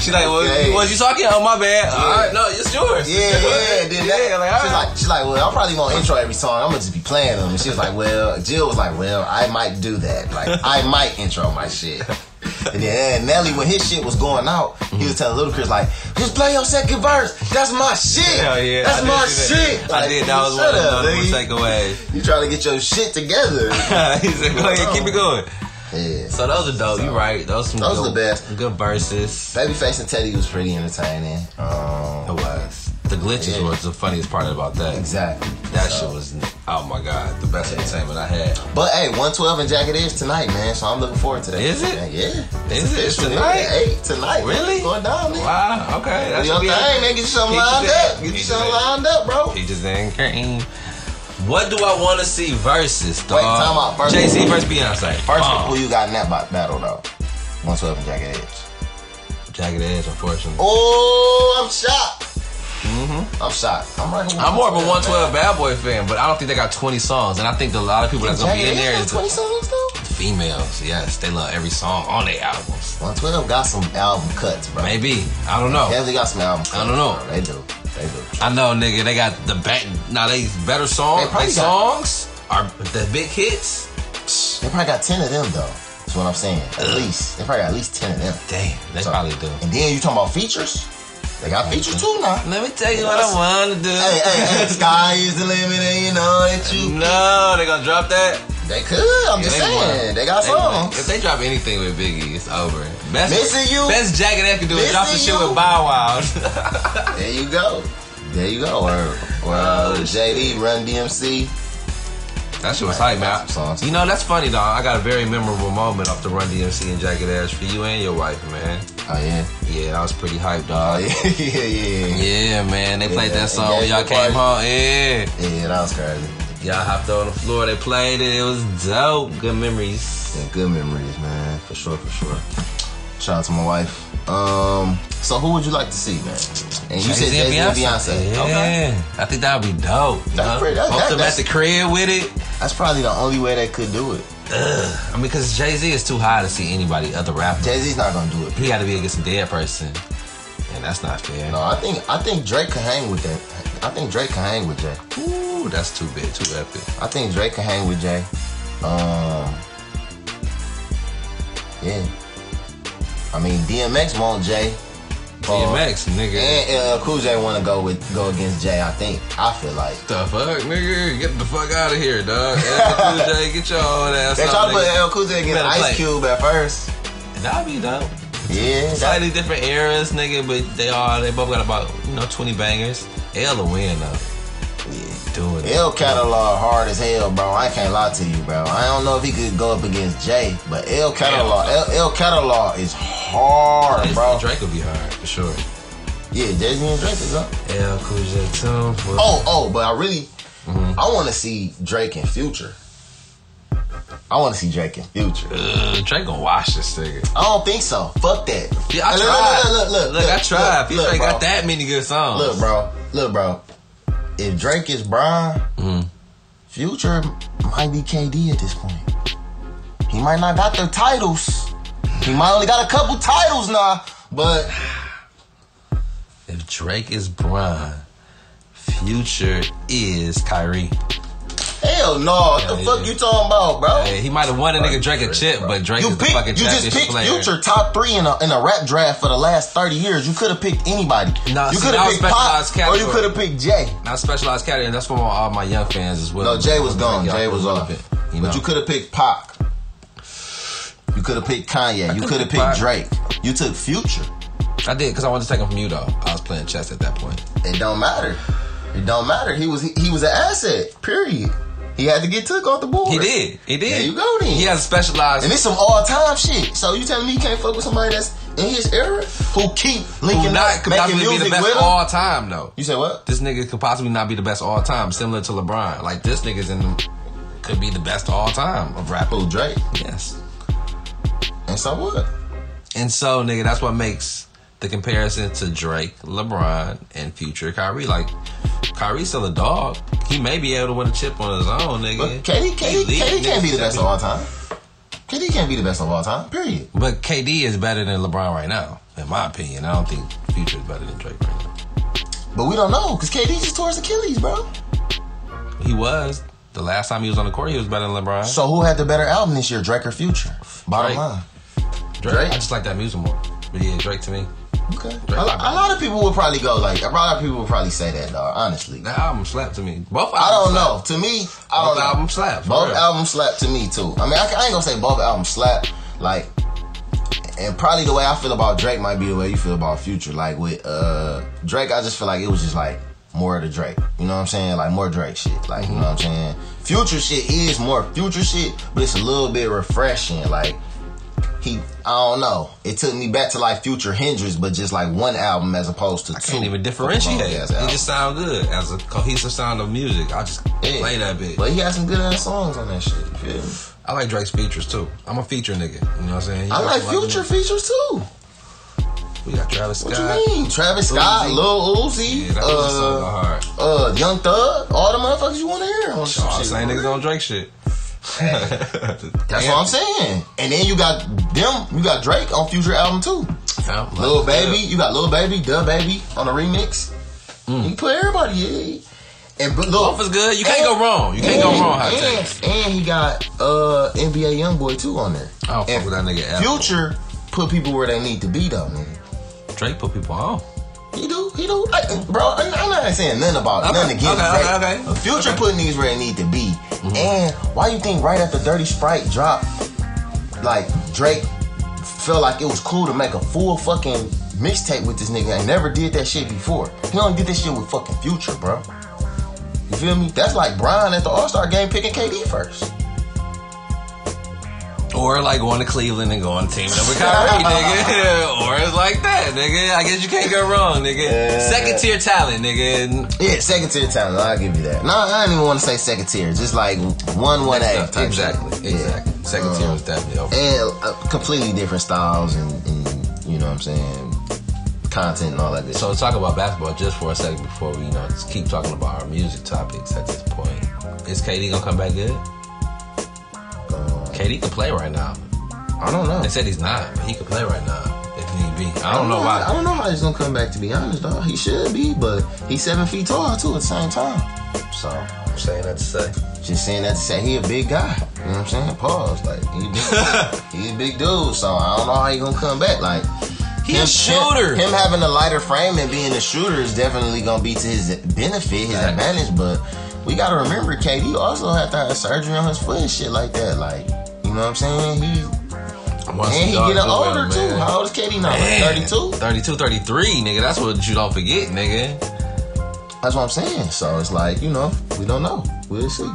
S5: She like, well,
S6: okay.
S5: was you talking? Oh my bad. All right, no, it's yours.
S6: yeah, yeah. and Then that,
S5: yeah. Like, ah. all
S6: she's
S5: right.
S6: like, she's like, "Well, I'm probably gonna intro every song. I'm gonna just be playing them." And she was like, "Well," Jill was like, "Well, I might do that. Like, I might intro my shit." And then and Nelly, when his shit was going out, he
S5: Mhm.
S6: was telling Little Chris like, "Just play your second verse. That's my shit.
S5: Hell yeah,
S6: That's
S5: I did
S6: my
S5: do that.
S6: shit."
S5: I
S6: Like,
S5: did. That was
S6: shut
S5: one of the
S6: up,
S5: notable
S6: nigga.
S5: takeaways.
S6: You trying to get your shit together?
S5: he said, "Go ahead, keep it going."
S6: yeah.
S5: Oh. So those are dope. you right. Those some
S6: Those
S5: good,
S6: are the best.
S5: Good verses.
S6: Babyface and Teddy was pretty entertaining. Um,
S5: It was. The glitches
S6: Yeah.
S5: was the funniest part about that.
S6: exactly.
S5: That
S6: So-
S5: shit was. Oh my god, the best entertainment I had.
S6: But hey, 112 and Jacket is tonight, man. So I'm looking forward to that.
S5: Is it?
S6: Yeah.
S5: Is it? It's
S6: Official, nigga.
S5: tonight?
S6: Hey, tonight. man.
S5: Really?
S6: It's Going down, nigga.
S5: Wow. Okay.
S6: Do
S5: That's
S6: your thing, man. Get you something lined up. Get you something lined up, bro.
S5: Peaches and cream. What do I want to see versus? Dog?
S6: time out. First-
S5: Jay Z versus Beyonce.
S6: First,
S5: Bomb.
S6: who you got in that ba- battle though? 112 and Jacket Edge.
S5: Jagged Edge, unfortunately.
S6: Oh, I'm shocked. Mm-hmm. I'm shocked. I'm right.
S5: I'm more of a 112 Bad Boy fan, but I don't think they got 20 songs, and I think that a lot of people that's gonna be in there is
S6: 20
S5: the
S6: songs though.
S5: females. Yes, they love every song on their albums.
S6: 112 got some album cuts, bro.
S5: Maybe I don't know.
S6: Definitely got some album cuts.
S5: I don't know.
S6: bro. They do. They do.
S5: I know, nigga. They got the back. Now they better
S6: They
S5: songs. They
S6: probably got-
S5: songs are the big hits.
S6: They probably got ten of them though. That's what I'm saying. At least they probably got at least ten of them.
S5: Damn, they
S6: So-
S5: probably do.
S6: And then you talking about features? They got features too now.
S5: Let me tell you what I want to do.
S6: Hey, hey, hey! Sky is the limit, and you know that you.
S5: No, they gonna drop that.
S6: They could. I'm just
S5: Yeah,
S6: saying.
S5: won.
S6: They got
S5: won.
S6: songs.
S5: If they drop anything with Biggie, it's over. Best,
S6: Missing you.
S5: Best Jagged Edge can do is drop the
S6: Missing
S5: shit
S6: you.
S5: with Bow Wow.
S6: There you go. There you go. Or, or uh, JD Run DMC.
S5: That shit was hype, man.
S6: Some songs.
S5: You know, that's funny, dog. I got a very memorable moment off the Run DMC and Jagged Edge for you and your wife, man.
S6: Oh yeah.
S5: Yeah, that was pretty hype,
S6: Oh
S5: dog.
S6: yeah. yeah, yeah, yeah.
S5: Yeah, man. They played
S6: Yeah,
S5: that song when y'all
S6: engagement
S5: came home. Yeah.
S6: Yeah, that was crazy.
S5: Y'all hopped on the floor. They played it. It was dope. Good memories.
S6: Yeah, good memories, man. For sure, for sure. Shout out to my wife. Um, so who would you like to see, man? And you said Jay-Z and Beyonce.
S5: Yeah.
S6: Okay.
S5: I think that'd be dope. you
S6: That's
S5: know?
S6: pretty- that-
S5: Both
S6: that-
S5: of them at
S6: that's-
S5: the crib with it.
S6: That's probably the only way they could do it.
S5: I mean, because Jay Z is too high to see anybody other rapper.
S6: Jay Z's not gonna do it.
S5: He got to be against a dead person, and that's not fair.
S6: No, I think I think Drake can hang with that. I think Drake can hang with Jay.
S5: Ooh, that's too big, too epic.
S6: I think Drake can hang with Jay. Um, yeah. I mean, DMX want Jay. Uh, Oh.
S5: DMX, nigga.
S6: And LL Cool J want to go with go against Jay. I think. I feel like.
S5: the fuck, nigga? Get the fuck out of here, dog. Cool J, get your old ass
S6: They
S5: out,
S6: tried to
S5: nigga.
S6: put LL Cool J
S5: You
S6: against
S5: better
S6: Ice
S5: play.
S6: Cube at first.
S5: That'd be dope.
S6: Yeah, that,
S5: Slightly different eras, nigga, but they all they both got about you know 20 bangers. L will win though. Yeah, doing it.
S6: L catalog hard as hell, bro. I can't lie to you, bro. I don't know if he could go up against Jay, but L catalog, L, L catalog is hard, bro.
S5: Drake will be hard for sure.
S6: Yeah, Jay Z and Drake is up.
S5: L Cool J too. Oh,
S6: Oh, oh, but I really, I want to see Drake and Future. I want to see Drake and Future.
S5: uh, Drake gonna wash this nigga.
S6: I don't think so. Fuck that.
S5: Yeah, I
S6: Look,
S5: tried.
S6: Look, look, look, look,
S5: I tried. Look,
S6: look,
S5: Drake
S6: bro.
S5: got that many good songs.
S6: Look, bro. Look, bro. If Drake is Brian, Future might be KD at this point. He might not got the titles. He might only got a couple titles now, but
S5: If Drake is Brian, Future is Kyrie.
S6: hell no. What the
S5: Yeah,
S6: fuck
S5: yeah.
S6: you talking about, bro?
S5: Hey, he might have won a nigga Drake a chip, but Drake
S6: You
S5: is the
S6: pick,
S5: fucking
S6: you just
S5: championship
S6: picked
S5: player.
S6: Future top three in a, in a rap draft for the last thirty years. You could have picked anybody.
S5: Nah,
S6: you
S5: see,
S6: could
S5: that
S6: have
S5: was
S6: picked Pop,
S5: specialized
S6: or you
S5: category.
S6: could have picked Jay.
S5: Not specialized category. That's for all my young fans as well.
S6: No, Jay was gone.
S5: Y'all
S6: Jay was
S5: could've
S6: off.
S5: picked, You know.
S6: But you could have picked Pac. You could have picked Kanye. You
S5: could've
S6: could have
S5: picked
S6: picked
S5: Pac.
S6: Drake. You took Future.
S5: I did because I wanted to take him from you though. I was playing chess at that point.
S6: It don't matter. It don't matter. He was he, he was an asset. Period. He had to get took off the board.
S5: He did. He did.
S6: There you go then.
S5: He has specialized.
S6: And it's some all time shit. So you telling me you can't fuck with somebody that's in his era who keep linking
S5: who not
S6: up,
S5: could possibly be
S6: making music
S5: the best
S6: with him?
S5: all time though.
S6: you said what?
S5: This nigga could possibly not be the best all time, similar to LeBron. Like this nigga's in the, could be the best all time of rap.
S6: Who Drake?
S5: Yes.
S6: And so what?
S5: And so, nigga, that's what makes the comparison to Drake, LeBron, and future Kyrie. Like, Kyrie's still a dog. He may be able to win a chip on his own, nigga.
S6: But KD,
S5: He
S6: KD,
S5: lead
S6: KD can't be the
S5: niggas
S6: best
S5: to
S6: of all time. KD can't be the best of all time. Period.
S5: But KD is better than LeBron right now, in my opinion. I don't think Future is better than Drake right now.
S6: But we don't know because KD just tore his Achilles, bro.
S5: He was. The last time he was on the court, he was better than LeBron.
S6: So who had the better album this year, Drake or Future? Bottom
S5: Drake.
S6: line.
S5: Drake.
S6: Drake?
S5: I just like that music more. But yeah, Drake to me.
S6: Okay. A, lo- a lot of people would probably go like a lot of people would probably say that, dog. Honestly,
S5: That album slapped to me. Both
S6: I
S5: albums
S6: don't
S5: slapped.
S6: know. To me, I
S5: Both
S6: don't know.
S5: albums slap, for
S6: Both
S5: real.
S6: albums slap to me too. I mean, I, ca- I ain't gonna say both albums slap. Like, and probably the way I feel about Drake might be the way you feel about Future. Like with uh Drake, I just feel like it was just like more of the Drake. You know what I'm saying? Like more Drake shit. Like you know what I'm saying? Future shit is more Future shit, but it's a little bit refreshing. Like he, I don't know. It took me back to like Future Hendrix, but just like one album as opposed to two.
S5: Can't even
S6: Fucking
S5: differentiate.
S6: long
S5: It
S6: ass albums.
S5: just sound good as a cohesive sound of music. I just
S6: Yeah.
S5: play that bit.
S6: But he had some good ass songs on that shit. You feel me?
S5: I like Drake's features too. I'm a feature nigga. You know what I'm saying? You
S6: I
S5: got
S6: like
S5: some
S6: Future
S5: them.
S6: features too.
S5: We got Travis
S6: What
S5: Scott.
S6: you mean? Travis Scott,
S5: Uzi.
S6: Lil Uzi,
S5: Yeah, that was a song
S6: uh,
S5: hard.
S6: uh, Young Thug, all the motherfuckers you want to hear. On some
S5: Oh,
S6: shit.
S5: same niggas on Drake shit.
S6: That's what I'm saying. And then you got them. You got Drake on Future album too.
S5: I'm saying.
S6: Lil Baby, you got Lil Baby, Duh Baby on the remix. You put everybody in. And but look,
S5: Mm. Both is good. You can't go wrong. You can't go wrong, Hot
S6: And,
S5: Takes.
S6: and he got uh NBA YoungBoy too on there.
S5: I don't fuck
S6: And
S5: with that nigga at all.
S6: Future put people where they need to be though, nigga.
S5: Drake put people on.
S6: He do, he do. I, bro, I, I'm not saying nothing about
S5: Okay,
S6: nothing against
S5: okay,
S6: Drake.
S5: okay, okay.
S6: But Future putting these where they need to be. And why you think right after Dirty Sprite drop, like Drake felt like it was cool to make a full fucking mixtape with this nigga and never did that shit before. He only did that shit with fucking Future, bro. You feel me? That's like Brian at the All Star game picking KD first.
S5: Or like going to Cleveland and going teaming up with Kyrie, nigga. or it's like that, nigga. I guess you can't go wrong, nigga.
S6: Yeah.
S5: Second tier talent, nigga.
S6: Yeah, second tier talent. I'll give you that. No, I don't even want to say second tier. Just like one one A.
S5: Exactly, exactly. Second
S6: Uh,
S5: tier was definitely over.
S6: and uh, completely different styles and, and you know what I'm saying, content and all that. Good. So
S5: So let's talk about basketball just for a second before we, you know, just keep talking about our music topics at this point. Is KD gonna come back good? KD can play right now.
S6: I don't know.
S5: They said he's not, but he can play right now if need be. I don't know
S6: I
S5: why.
S6: don't know how he's gonna come back. To be honest, dog, he should be, but he's seven feet tall too at the same time. So
S5: I'm saying that to say.
S6: just saying that to say he a big guy. You know what I'm saying? Pause. Like he a big, he a big dude. So I don't know how he gonna come back. Like.
S5: He a shooter.
S6: Him, having a lighter frame and being a shooter is definitely gonna be to his benefit, his advantage. But we gotta remember, KD also had to have surgery on his foot and shit like that. Like, you know what I'm saying? He
S5: Once
S6: and he
S5: y'all
S6: getting
S5: do it,
S6: older too.
S5: man.
S6: How old is Katie now? Like
S5: Man,
S6: 32?
S5: 32, 33, nigga. That's what you don't forget, nigga.
S6: That's what I'm saying. So it's like, you know, we don't know. We'll see.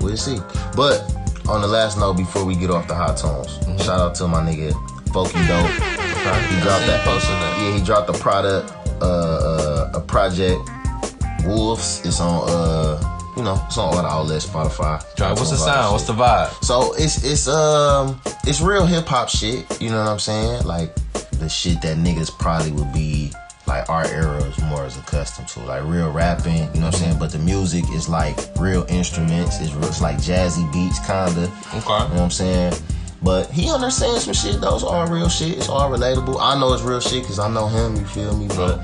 S6: We'll see. But on the last note, before we get off the hot tones,
S5: Mm-hmm.
S6: shout out to my nigga Folky Dope. He dropped that
S5: posted that.
S6: Yeah, he dropped the product, uh, uh, a project. Wolves. It's on, uh, you know, it's on all the outlets, Spotify.
S5: Drop, what's the
S6: iTunes, all that
S5: sound? What's
S6: shit.
S5: the vibe?
S6: So it's it's um it's real hip hop shit. You know what I'm saying? Like the shit that niggas probably would be like our era is more as accustomed to, like real rapping. You know what I'm saying? But the music is like real instruments. It's, real, it's like jazzy beats, kinda. You know what I'm saying? But he understands some shit. Those all real shit. It's all relatable. I know it's real shit because I know him. You feel me? But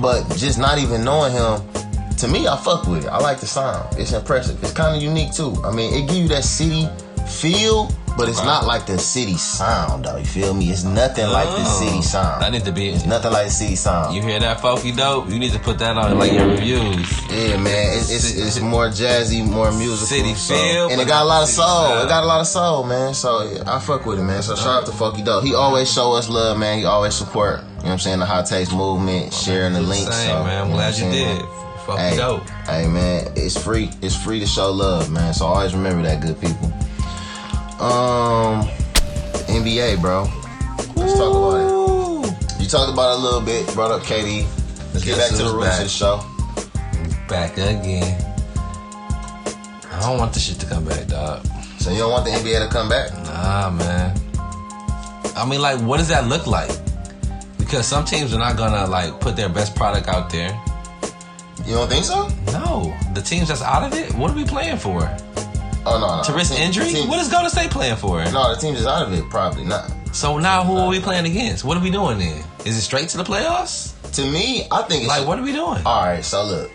S6: but just not even knowing him, to me, I fuck with it. I like the sound. It's impressive. It's kind of unique too. I mean, it give you that city feel, but it's not like the city sound though. You feel me? It's nothing like the city sound.
S5: Oh. That need to be
S6: it's nothing like the city sound.
S5: You hear that, folky dope? You need to put that on like your reviews.
S6: yeah, man, it's, it's it's more jazzy, more musical,
S5: City
S6: so-
S5: feel,
S6: and
S5: but
S6: it got a lot of
S5: city
S6: soul.
S5: sound.
S6: It got a lot of soul, man. So yeah, I fuck with it, man. So shout out to Funky Doe. He always show us love, man. He always support. You know what I'm saying? The hot taste movement, sharing the
S5: Do the
S6: links.
S5: same,
S6: so,
S5: man. I'm
S6: know
S5: glad
S6: what
S5: you
S6: saying?
S5: did. Fucking dope.
S6: Hey man, it's free. It's free to show love, man. So always remember that, good people. Um, NBA, bro. Let's talk about it. You talked about it a little bit. Brought up KD. Let's get
S5: Guess
S6: back to the
S5: who's
S6: roots
S5: back?
S6: of the show.
S5: Back again. I don't want this shit to come back, dog.
S6: So you don't want the NBA to come back?
S5: Nah, man. I mean, like, what does that look like? Because some teams are not gonna like put their best product out there.
S6: You don't think so?
S5: No, the teams that's out of it. What are we playing for?
S6: Oh no, no.
S5: To risk
S6: The team-
S5: injury?
S6: the team-
S5: What is Golden State playing for?
S6: no, the team's just out of it. Probably not.
S5: So now, who are we playing against? What are we doing then? Is it straight to the playoffs?
S6: To me, I think it's uh,
S5: Like, what are we doing?
S6: All right, so look,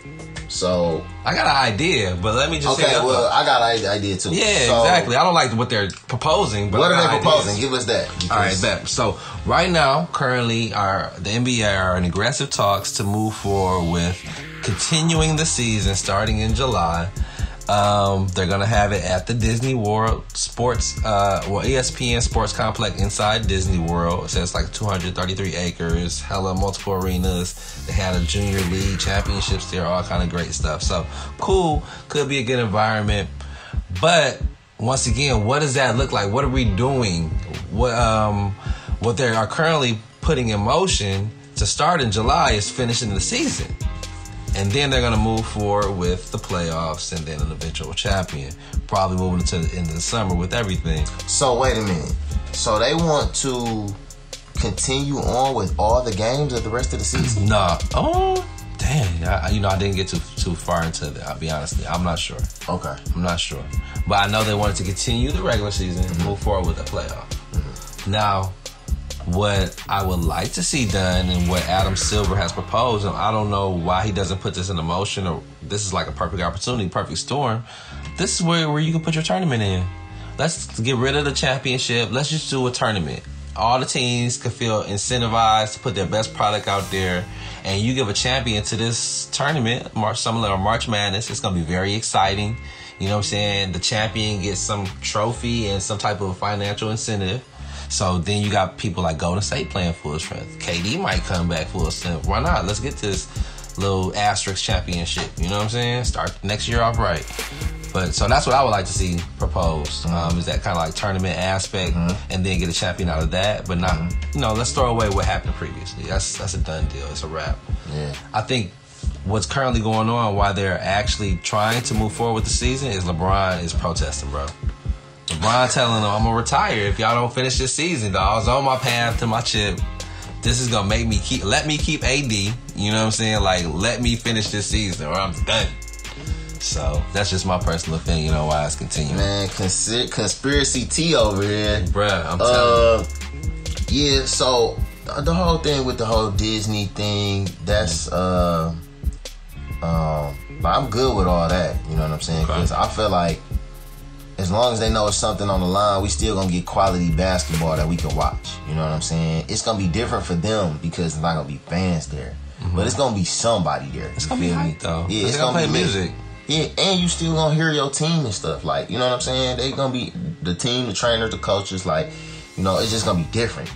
S6: so
S5: I got an idea, but let me just
S6: okay,
S5: say that.
S6: well, I got an idea too.
S5: yeah,
S6: So,
S5: exactly. I don't like what they're proposing. But
S6: What
S5: I
S6: are
S5: got
S6: they
S5: ideas.
S6: proposing? Give us that.
S5: All right,
S6: because-
S5: bet. So right now, currently, our the NBA are in aggressive talks to move forward with continuing the season starting in July. Um, they're gonna have it at the Disney World Sports, uh, well, ESPN Sports Complex inside Disney World. It says like 233 acres, hella multiple arenas. They had a junior league championships there, all kind of great stuff. So cool, could be a good environment. But once again, what does that look like? What are we doing? What um, what they are currently putting in motion to start in July is finishing the season, and then they're going to move forward with the playoffs and then an eventual champion. Probably moving to the end of the summer with everything.
S6: So wait a minute. So they want to continue on with all the games of the rest of the season.
S5: Nah, oh dang, I, you know I didn't get too too far into that. I'll be honest, with you. I'm not sure.
S6: Okay.
S5: I'm not sure. But I know they wanted to continue the regular season and move forward with the playoff. Now, what I would like to see done and what Adam Silver has proposed, and I don't know why he doesn't put this into motion, or this is like a perfect opportunity, perfect storm. This is where, where you can put your tournament in. Let's get rid of the championship. Let's just do a tournament. All the teams could feel incentivized to put their best product out there, and you give a champion to this tournament, March Summer or March Madness. It's gonna be very exciting. You know what I'm saying? The champion gets some trophy and some type of financial incentive. So then you got people like Golden State playing full strength. KD might come back full strength. Why not? Let's get this little asterisk championship. You know what I'm saying? Start next year off right. But so that's what I would like to see proposed. Um, is that kind of like tournament aspect, and then get a champion out of that, but not you know let's throw away what happened previously. That's that's a done deal. It's a wrap.
S6: Yeah.
S5: I think what's currently going on, why they're actually trying to move forward with the season, is LeBron is protesting, bro. LeBron telling them, I'm gonna retire if y'all don't finish this season. Dog. I was on my path to my chip. This is gonna make me keep let me keep AD. You know what I'm saying? Like let me finish this season or I'm done. So that's just my personal opinion on why it's continuing.
S6: Man, consi- conspiracy T over here.
S5: Bruh, I'm telling you.
S6: Uh, yeah. So uh, the whole thing with the whole Disney thing, that's uh, um, but I'm good with all that. You know what I'm saying? Because I feel like as long as they know it's something on the line, we still gonna get quality basketball that we can watch. You know what I'm saying? It's gonna be different for them because it's not gonna be fans there,
S5: Mm-hmm.
S6: but it's gonna be somebody there. It's
S5: gonna be hype, though.
S6: Yeah,
S5: They
S6: it's
S5: Oh. gonna play
S6: gonna, be lit.
S5: music.
S6: Yeah, and you still gonna hear your team and stuff. Like, you know what I'm saying? They gonna be the team, the trainers, the coaches. Like, You know, it's just gonna be different.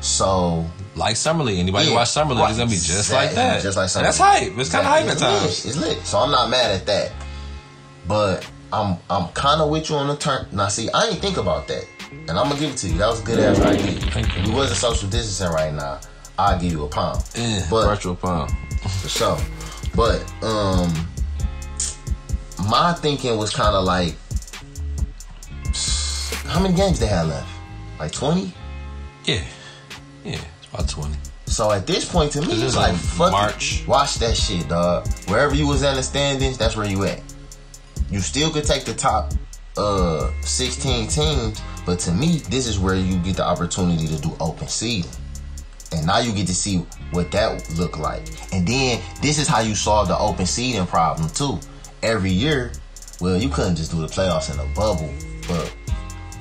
S6: So
S5: Like Summer League. Anybody
S6: yeah,
S5: who watch Summer League
S6: right,
S5: is gonna be just like
S6: exactly,
S5: that.
S6: Just like
S5: And
S6: Summer
S5: That's
S6: League.
S5: hype. It's kind of
S6: Exactly,
S5: hype at
S6: it's
S5: times.
S6: Lit. It's lit. So I'm not mad at that. But I'm I'm kind of with you on the turn. Now see, I ain't think about that, and I'm gonna give it to you. That was a good ass
S5: Thank
S6: idea.
S5: you.
S6: We wasn't social distancing right now. I'll give you a pound.
S5: Yeah,
S6: but
S5: virtual pump.
S6: for sure. But um, my thinking was kind of like, how many games they had left? Like twenty.
S5: Yeah, yeah, it's about twenty.
S6: So at this point, to me,
S5: This
S6: it's
S5: is
S6: like
S5: in
S6: fuck
S5: March.
S6: March. Watch that shit, dog. Wherever you was in the standings, that's where you at. You still could take the top uh 16 teams, but to me, this is where you get the opportunity to do open seeding. And now you get to see what that look like. And then this is how you solve the open seeding problem too. Every year, well, you couldn't just do the playoffs in a bubble, but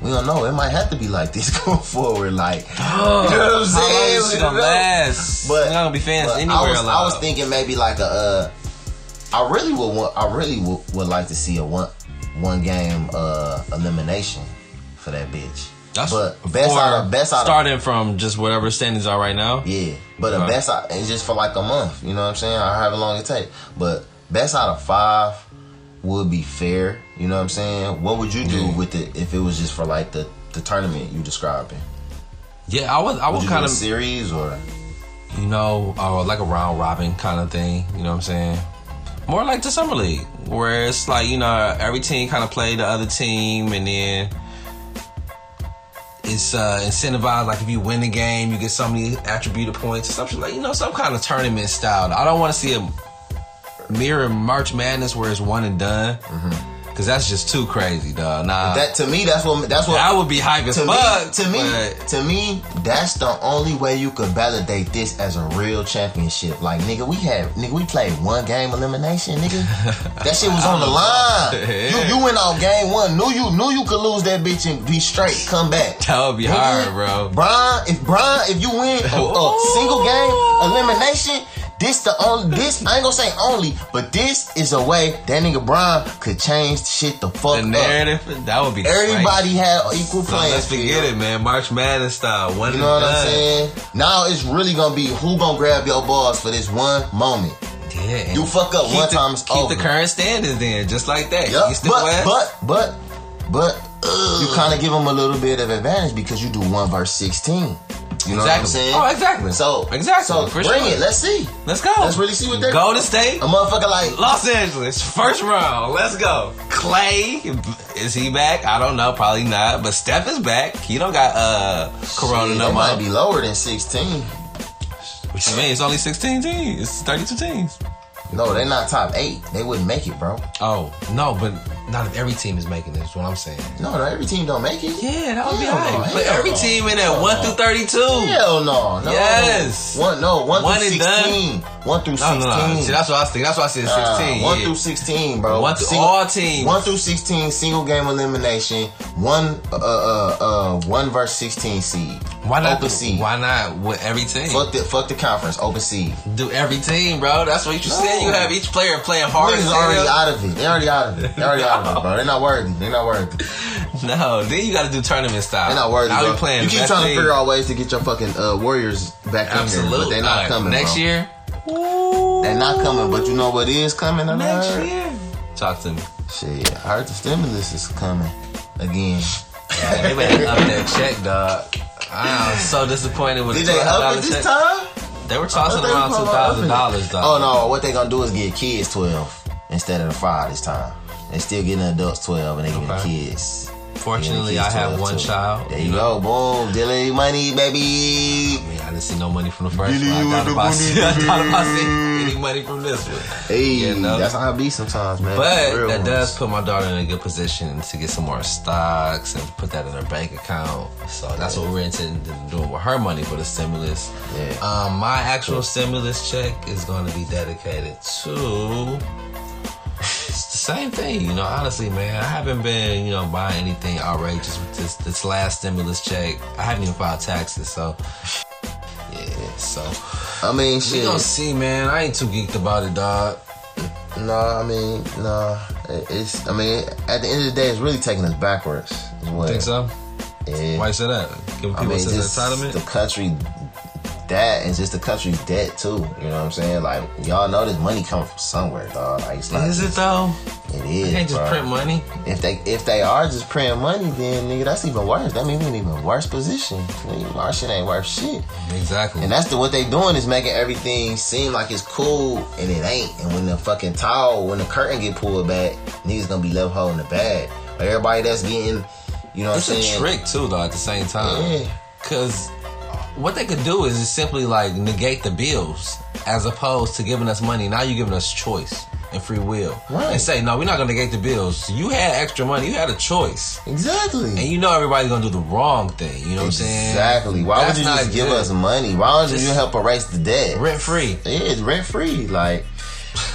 S6: we don't know. It might have to be like this going forward. Like, you know what I'm
S5: How long
S6: saying?
S5: is
S6: We
S5: she
S6: don't
S5: gonna
S6: know.
S5: last?
S6: But
S5: But not gonna be fans
S6: but
S5: anywhere
S6: I was, I
S5: allowed.
S6: was thinking maybe like a. Uh, I really would want. I really would, would like to see a one one game uh, elimination for that bitch.
S5: That's
S6: but best out
S5: or
S6: of best out of
S5: starting Uh-huh. from just whatever standings are right now.
S6: yeah, but the
S5: Right.
S6: best out it's just for like a month. You know what I'm saying? Or however long it take. But best out of five would be fair. You know what I'm saying? What would you do
S5: Yeah.
S6: with it if it was just for like the the tournament you describing?
S5: Yeah, I would. I
S6: Would
S5: would
S6: you kind
S5: kind of,
S6: do a series or
S5: you know, uh, like a round robin kind of thing. You know what I'm saying? More like the summer league, where it's like you know every team kind of play the other team, and then it's uh, incentivized. Like if you win the game, you get so many attributed points, or something like you know some kind of tournament style. I don't want to see a mirror March Madness where it's one and done, because that's just too crazy, dog. Nah,
S6: Mm-hmm. that? To me, that's what that's what
S5: that would be hype as
S6: to
S5: fuck.
S6: me, to me,
S5: but-
S6: to me, that's the only way you could validate this as a real championship. Like nigga, we had nigga, we played one game elimination, nigga. That shit was on the line.
S5: Yeah.
S6: You you went out game one, knew you knew you could lose that bitch and be straight, come back.
S5: That would be hard, bro. Oh.
S6: Brian, if Brian, if you win a, a single game elimination, this the only this I ain't gonna say only, but this is a way that nigga Brian could change shit the fuck
S5: The
S6: up.
S5: narrative that would be
S6: Everybody
S5: crazy.
S6: had equal
S5: So
S6: playing.
S5: let's
S6: field.
S5: forget it, man. March Madness style. One
S6: You know what
S5: and
S6: I'm
S5: done.
S6: saying? Now it's really gonna be who gonna grab your balls for this one moment.
S5: Yeah. and
S6: You fuck up
S5: keep
S6: one
S5: the,
S6: time, it's
S5: keep
S6: over.
S5: the current standings then, just like that.
S6: Yup,
S5: East and
S6: But,
S5: West.
S6: but but but
S5: uh.
S6: you kind of give them a little bit of advantage because you do one verse sixteen. You know what I'm
S5: Exactly.
S6: saying?
S5: Oh, exactly.
S6: So
S5: Exactly,
S6: So
S5: for
S6: bring
S5: sure.
S6: it. Let's see.
S5: let's go.
S6: Let's really see what they're
S5: Golden State,
S6: A motherfucker like
S5: Los Angeles, first round. Let's go. Clay, is he back? I don't know. Probably not. But Steph is back. He don't got uh Corona
S6: shit,
S5: no
S6: they
S5: more.
S6: might be lower than sixteen.
S5: What you mean? It's only 16 teams. It's 32 teams.
S6: No, they're not top eight. They wouldn't make it, bro.
S5: Oh no, but not if every team is making it. Is what I'm saying.
S6: No, no, every team don't make it.
S5: Yeah, that would be
S6: Hell no,
S5: hype. But
S6: hell
S5: every
S6: no.
S5: team in at one through thirty-two.
S6: Hell no, no.
S5: Yes.
S6: One no one,
S5: One
S6: through
S5: and done.
S6: sixteen. One through
S5: No,
S6: sixteen.
S5: no, no. See, that's what I was thinking. That's why I said
S6: Uh,
S5: sixteen.
S6: one
S5: yeah.
S6: through sixteen, bro.
S5: One through all teams.
S6: One through sixteen, single game elimination. One, uh, uh, uh, one verse sixteen seed.
S5: Why not?
S6: Open seed.
S5: Why not with every team?
S6: Fuck the fuck the conference. Open seed.
S5: Do every team, bro. That's what you said. You
S6: No.
S5: have each player playing hard.
S6: Niggas
S5: as
S6: is already
S5: hell.
S6: out of it. They already out of it. They already out of it, bro. They're not worthy. They're not worthy.
S5: No, then you got to do tournament style.
S6: They're not worthy.
S5: Now
S6: bro.
S5: we playing.
S6: You keep
S5: best
S6: trying to
S5: team.
S6: figure out ways to get your fucking uh, Warriors back in here,
S5: Absolutely.
S6: but they're not
S5: All right,
S6: coming.
S5: next
S6: bro.
S5: year.
S6: They're not coming. But you know what is coming? I heard?
S5: year. Talk to me.
S6: Shit, I heard the stimulus is coming again.
S5: They better up that check, dog. I'm so disappointed with
S6: Did
S5: the
S6: they up
S5: $200
S6: it this
S5: check.
S6: time?
S5: They were tossing
S6: I
S5: around two
S6: thought they were
S5: thousand
S6: gonna up
S5: dollars,
S6: it.
S5: dog.
S6: Oh no, what they gonna do is get kids twelve instead of the five this time. They still getting the adults twelve and they getting the
S5: Okay.
S6: kids.
S5: Fortunately,
S6: Getting the
S5: I
S6: kids
S5: have
S6: 12,
S5: one
S6: too.
S5: child.
S6: There you go, boom, Dilly money, baby.
S5: Man, I didn't see no money from the first
S6: Really,
S5: one.
S6: you
S5: I
S6: want
S5: doubt if I
S6: the
S5: see, I
S6: money?
S5: doubt if I see any money from this one.
S6: Hey,
S5: You know?
S6: that's how it be sometimes, man. The
S5: But
S6: real
S5: that
S6: ones.
S5: does put my daughter in a good position to get some more stocks and put that in her bank account. So that's what we're intending to do with her money for the stimulus.
S6: Yeah.
S5: Um, my actual stimulus check is going to be dedicated to it's the same thing, you know. Honestly, man, I haven't been, you know, buying anything outrageous with this this last stimulus check. I haven't even filed taxes, so yeah. So
S6: I mean,
S5: we
S6: shit.
S5: gonna see, man. I ain't too geeked about it, dog.
S6: Nah, I mean, nah. It- It's, I mean, at the end of the day, it's really taking us backwards. Is what
S5: Think so?
S6: Yeah.
S5: Why you say that? Giving people
S6: I mean,
S5: a sense
S6: just
S5: of entitlement?
S6: the country that and just the country's debt too. You know what I'm saying? Like y'all know this money come from somewhere, dog. Like it's not.
S5: Is it
S6: just-
S5: though?
S6: It is.
S5: You can't just
S6: bruh.
S5: print money.
S6: If they if they are just printing money, then nigga, that's even worse. That means we in an even worse position. Nigga, Our shit ain't worth shit.
S5: Exactly.
S6: And that's the what they doing is making everything seem like it's cool and it ain't. And when the fucking towel, when the curtain get pulled back, niggas gonna be left holding the bag. Like everybody that's getting, you know what
S5: it's
S6: I'm
S5: a
S6: saying?
S5: trick too, though. At the same time,
S6: Yeah.
S5: because what they could do is just simply like negate the bills, as opposed to giving us money. Now you're giving us choice and free will,
S6: Right.
S5: and say, no, we're not gonna negate the bills. You had extra money. You had a choice,
S6: Exactly.
S5: and you know everybody's gonna do the wrong thing. You know what I'm saying?
S6: Exactly. Why
S5: That's
S6: would you just
S5: not
S6: give
S5: good.
S6: us money? Why don't you
S5: Just-
S6: help erase the debt?
S5: Rent free.
S6: Yeah, it's rent free. Like,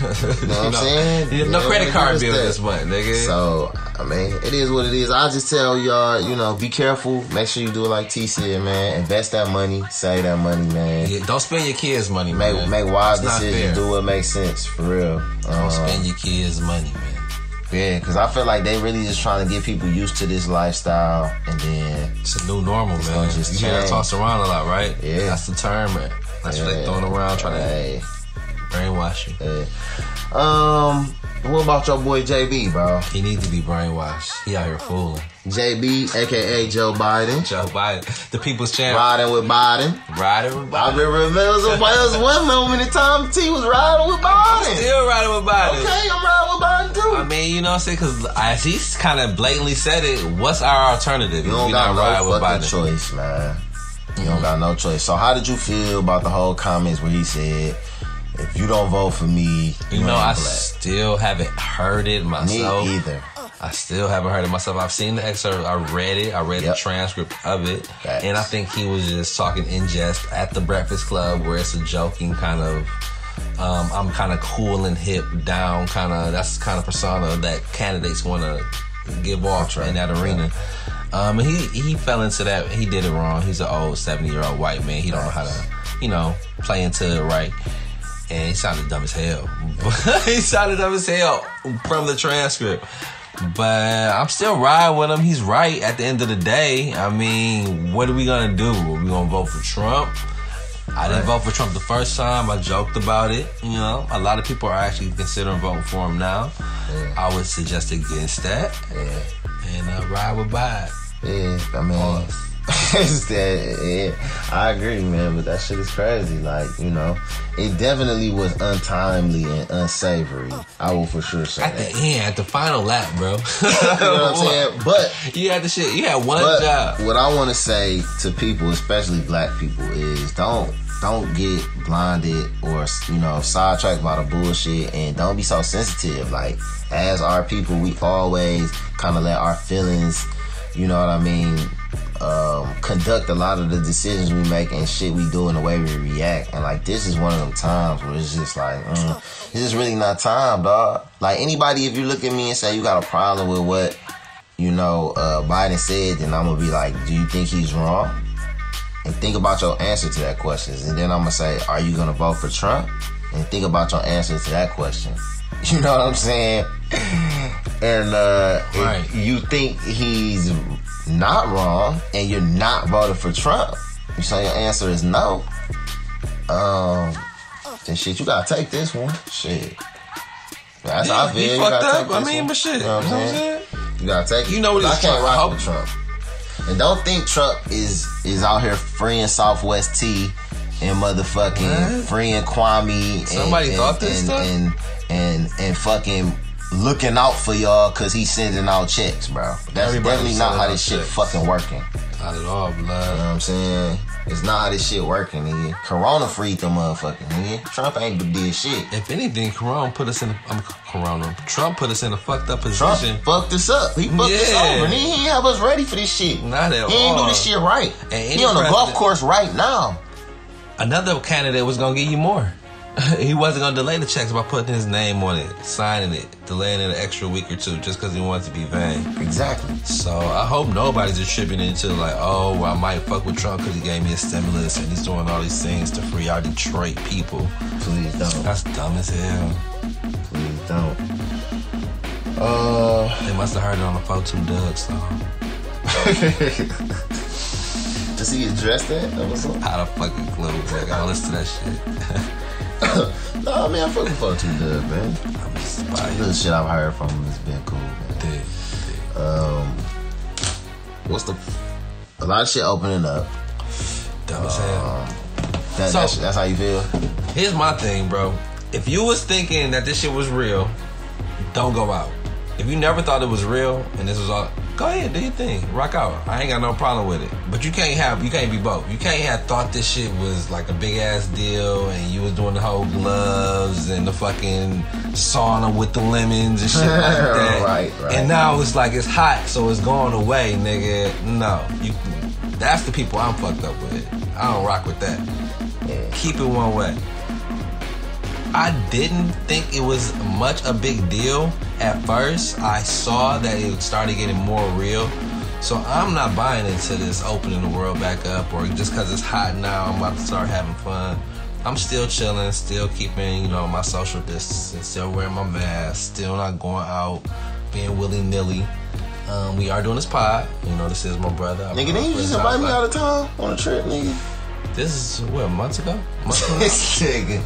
S5: You
S6: know what I'm saying?
S5: No,
S6: You know,
S5: credit
S6: give
S5: card
S6: us
S5: bill
S6: that.
S5: this month, nigga.
S6: so I mean, it is what it is. I just tell y'all, you know, be careful. Make sure you do it like T said, man. Invest that money, save that money, man.
S5: Yeah, don't spend your kids' money,
S6: Make
S5: man.
S6: make wise
S5: It's not fair.
S6: decisions. Do what makes sense for real. Um,
S5: Don't spend your kids' money, man.
S6: yeah, because I feel like they really just trying to get people used to this lifestyle, and then
S5: It's a new normal, man.
S6: gonna just
S5: you hear that
S6: change.
S5: tossed around a lot, right?
S6: Yeah.
S5: That's the term, man. That's what they
S6: Yeah.
S5: throwing around, trying
S6: hey,
S5: to brainwash you.
S6: hey. um, what about your boy JB, bro?
S5: He needs to be brainwashed. He out here fooling.
S6: JB, aka Joe Biden,
S5: Joe Biden, the people's champ,
S6: riding with Biden.
S5: riding with
S6: I
S5: Biden.
S6: remember there was, a, there was one moment in time T was riding with Biden.
S5: Still riding with Biden.
S6: Okay, I'm riding with Biden too.
S5: I mean, you know what I'm saying? Because as he's kind of blatantly said it, what's our alternative?
S6: you
S5: if
S6: don't
S5: we
S6: got
S5: not ride
S6: no
S5: with
S6: fucking
S5: Biden?
S6: choice, man. You don't got no choice. So how did you feel about the whole comments where he said, "If you don't vote for me,
S5: You know,
S6: ain't
S5: I
S6: black."
S5: still haven't heard it
S6: me
S5: myself.
S6: either."
S5: I still haven't heard it myself. I've seen the excerpt. I read it. I read
S6: Yep.
S5: the transcript of it.
S6: Facts.
S5: And I think he was just talking in jest at the Breakfast Club where it's a joking kind of um, I'm kind of cool and hip down kind of that's the kind of persona that candidates want to give off in that arena. Um, and he he fell into that. He did it wrong. He's an old 70 year old white man. He don't know how to you know play into it right. And he sounded dumb as hell. he sounded dumb as hell from the transcript. But I'm still riding with him. He's right at the end of the day. I mean, what are we gonna do? Are we gonna vote for Trump? I didn't vote for Trump the first time. I joked about it. You know, a lot of people are actually considering voting for him now. I would suggest against that
S6: Yeah,
S5: and uh, ride with Biden.
S6: yeah. I mean, it's that. Yeah, I agree, man. But that shit is crazy. Like, you know, it definitely was untimely and unsavory. I will for sure say
S5: At
S6: that.
S5: the end, at the final lap, bro.
S6: You know what I'm saying? But
S5: You had the shit. You had one
S6: But
S5: job.
S6: what I want to say to people, especially black people, is don't don't get blinded or you know sidetracked by the bullshit, and don't be so sensitive. Like as our people, we always kind of let our feelings, you know what I mean, um, conduct a lot of the decisions we make and shit we do and the way we react. And like this is one of them times where it's just like, mm, it's just really not time, dog. Like anybody, if you look at me and say you got a problem with what you know, uh, Biden said, then I'm gonna be like, do you think he's wrong? And think about your answer to that question. And then I'm gonna say, are you gonna vote for Trump? And think about your answer to that question. You know what I'm saying? And uh, if
S5: Right.
S6: you think he's not wrong, and you're not voting for Trump. So your answer is no. Um, then shit, you gotta take this one. Shit. That's how I
S5: Yeah,
S6: feel.
S5: he
S6: You
S5: fucked
S6: gotta
S5: up.
S6: take this
S5: I mean,
S6: one.
S5: but shit,
S6: You know what I'm
S5: you know what I'm
S6: saying?
S5: saying?
S6: You gotta take it.
S5: You know what
S6: But I
S5: he's
S6: can't
S5: trying-
S6: rock
S5: hope-
S6: with Trump. And don't think Trump is is out here freeing Southwest T and motherfucking
S5: What?
S6: freeing Kwame. And,
S5: Somebody
S6: and,
S5: thought this
S6: and,
S5: stuff?
S6: and, and and fucking looking out for y'all because he's sending out checks, bro. That's
S5: Everybody's
S6: definitely not
S5: sending
S6: how
S5: out
S6: this shit
S5: checks.
S6: fucking working.
S5: Not at all,
S6: You
S5: blood.
S6: know what I'm saying? It's not how this shit working, nigga. Corona freed the motherfucking nigga. Trump ain't did shit.
S5: If anything, Corona put us in. A, I'm Corona. Trump put us in a fucked up
S6: Trump
S5: position.
S6: fucked us up. He fucked us
S5: Yeah.
S6: over. Nigga, He ain't have us ready for this shit.
S5: Not at
S6: he ain't
S5: all.
S6: do this shit right.
S5: And any
S6: he on the golf
S5: president-
S6: course right now.
S5: Another candidate was gonna get you more. he wasn't gonna delay the checks by putting his name on it, signing it, delaying it an extra week or two just because he wanted to be vain.
S6: Exactly.
S5: So I hope nobody's attributing to like, oh, well, I might fuck with Trump because he gave me a stimulus and he's doing all these things to free our Detroit people.
S6: Please don't.
S5: That's dumb as hell.
S6: Please don't. Uh,
S5: They must have heard it on the 42 Doug song.
S6: Does he address that? That was all.
S5: How the fucking clue? I gotta listen to that shit.
S6: No, man, I fucking fuck too good, man.
S5: I'm just
S6: Good shit I've heard from him has been cool, man.
S5: Dick, dick.
S6: What's the. A lot of shit opening up.
S5: Dumb as hell.
S6: That,
S5: So-
S6: that's, that's how you feel?
S5: Here's my thing, bro. If you was thinking that this shit was real, don't go out. If you never thought it was real and this was all, go ahead, do your thing, rock out. I ain't got no problem with it. But you can't have, you can't be both. You can't have thought this shit was like a big ass deal and you was doing the whole gloves and the fucking sauna with the lemons and shit like that.
S6: Right, right.
S5: And now it's like it's hot, so it's going away, nigga. No, you. That's the people I'm fucked up with. I don't rock with that keep it one way. I didn't think it was much a big deal at first. I saw that it started getting more real. So I'm not buying into this opening the world back up or just because it's hot now, I'm about to start having fun. I'm still chilling, still keeping, you know, my social distancing, still wearing my mask, still not going out, being willy-nilly. Um, we are doing this pod. You know, this is my brother.
S6: Nigga, didn't you just invite me out of town on a trip, nigga?
S5: This is, what, months ago? Months ago?
S6: This nigga.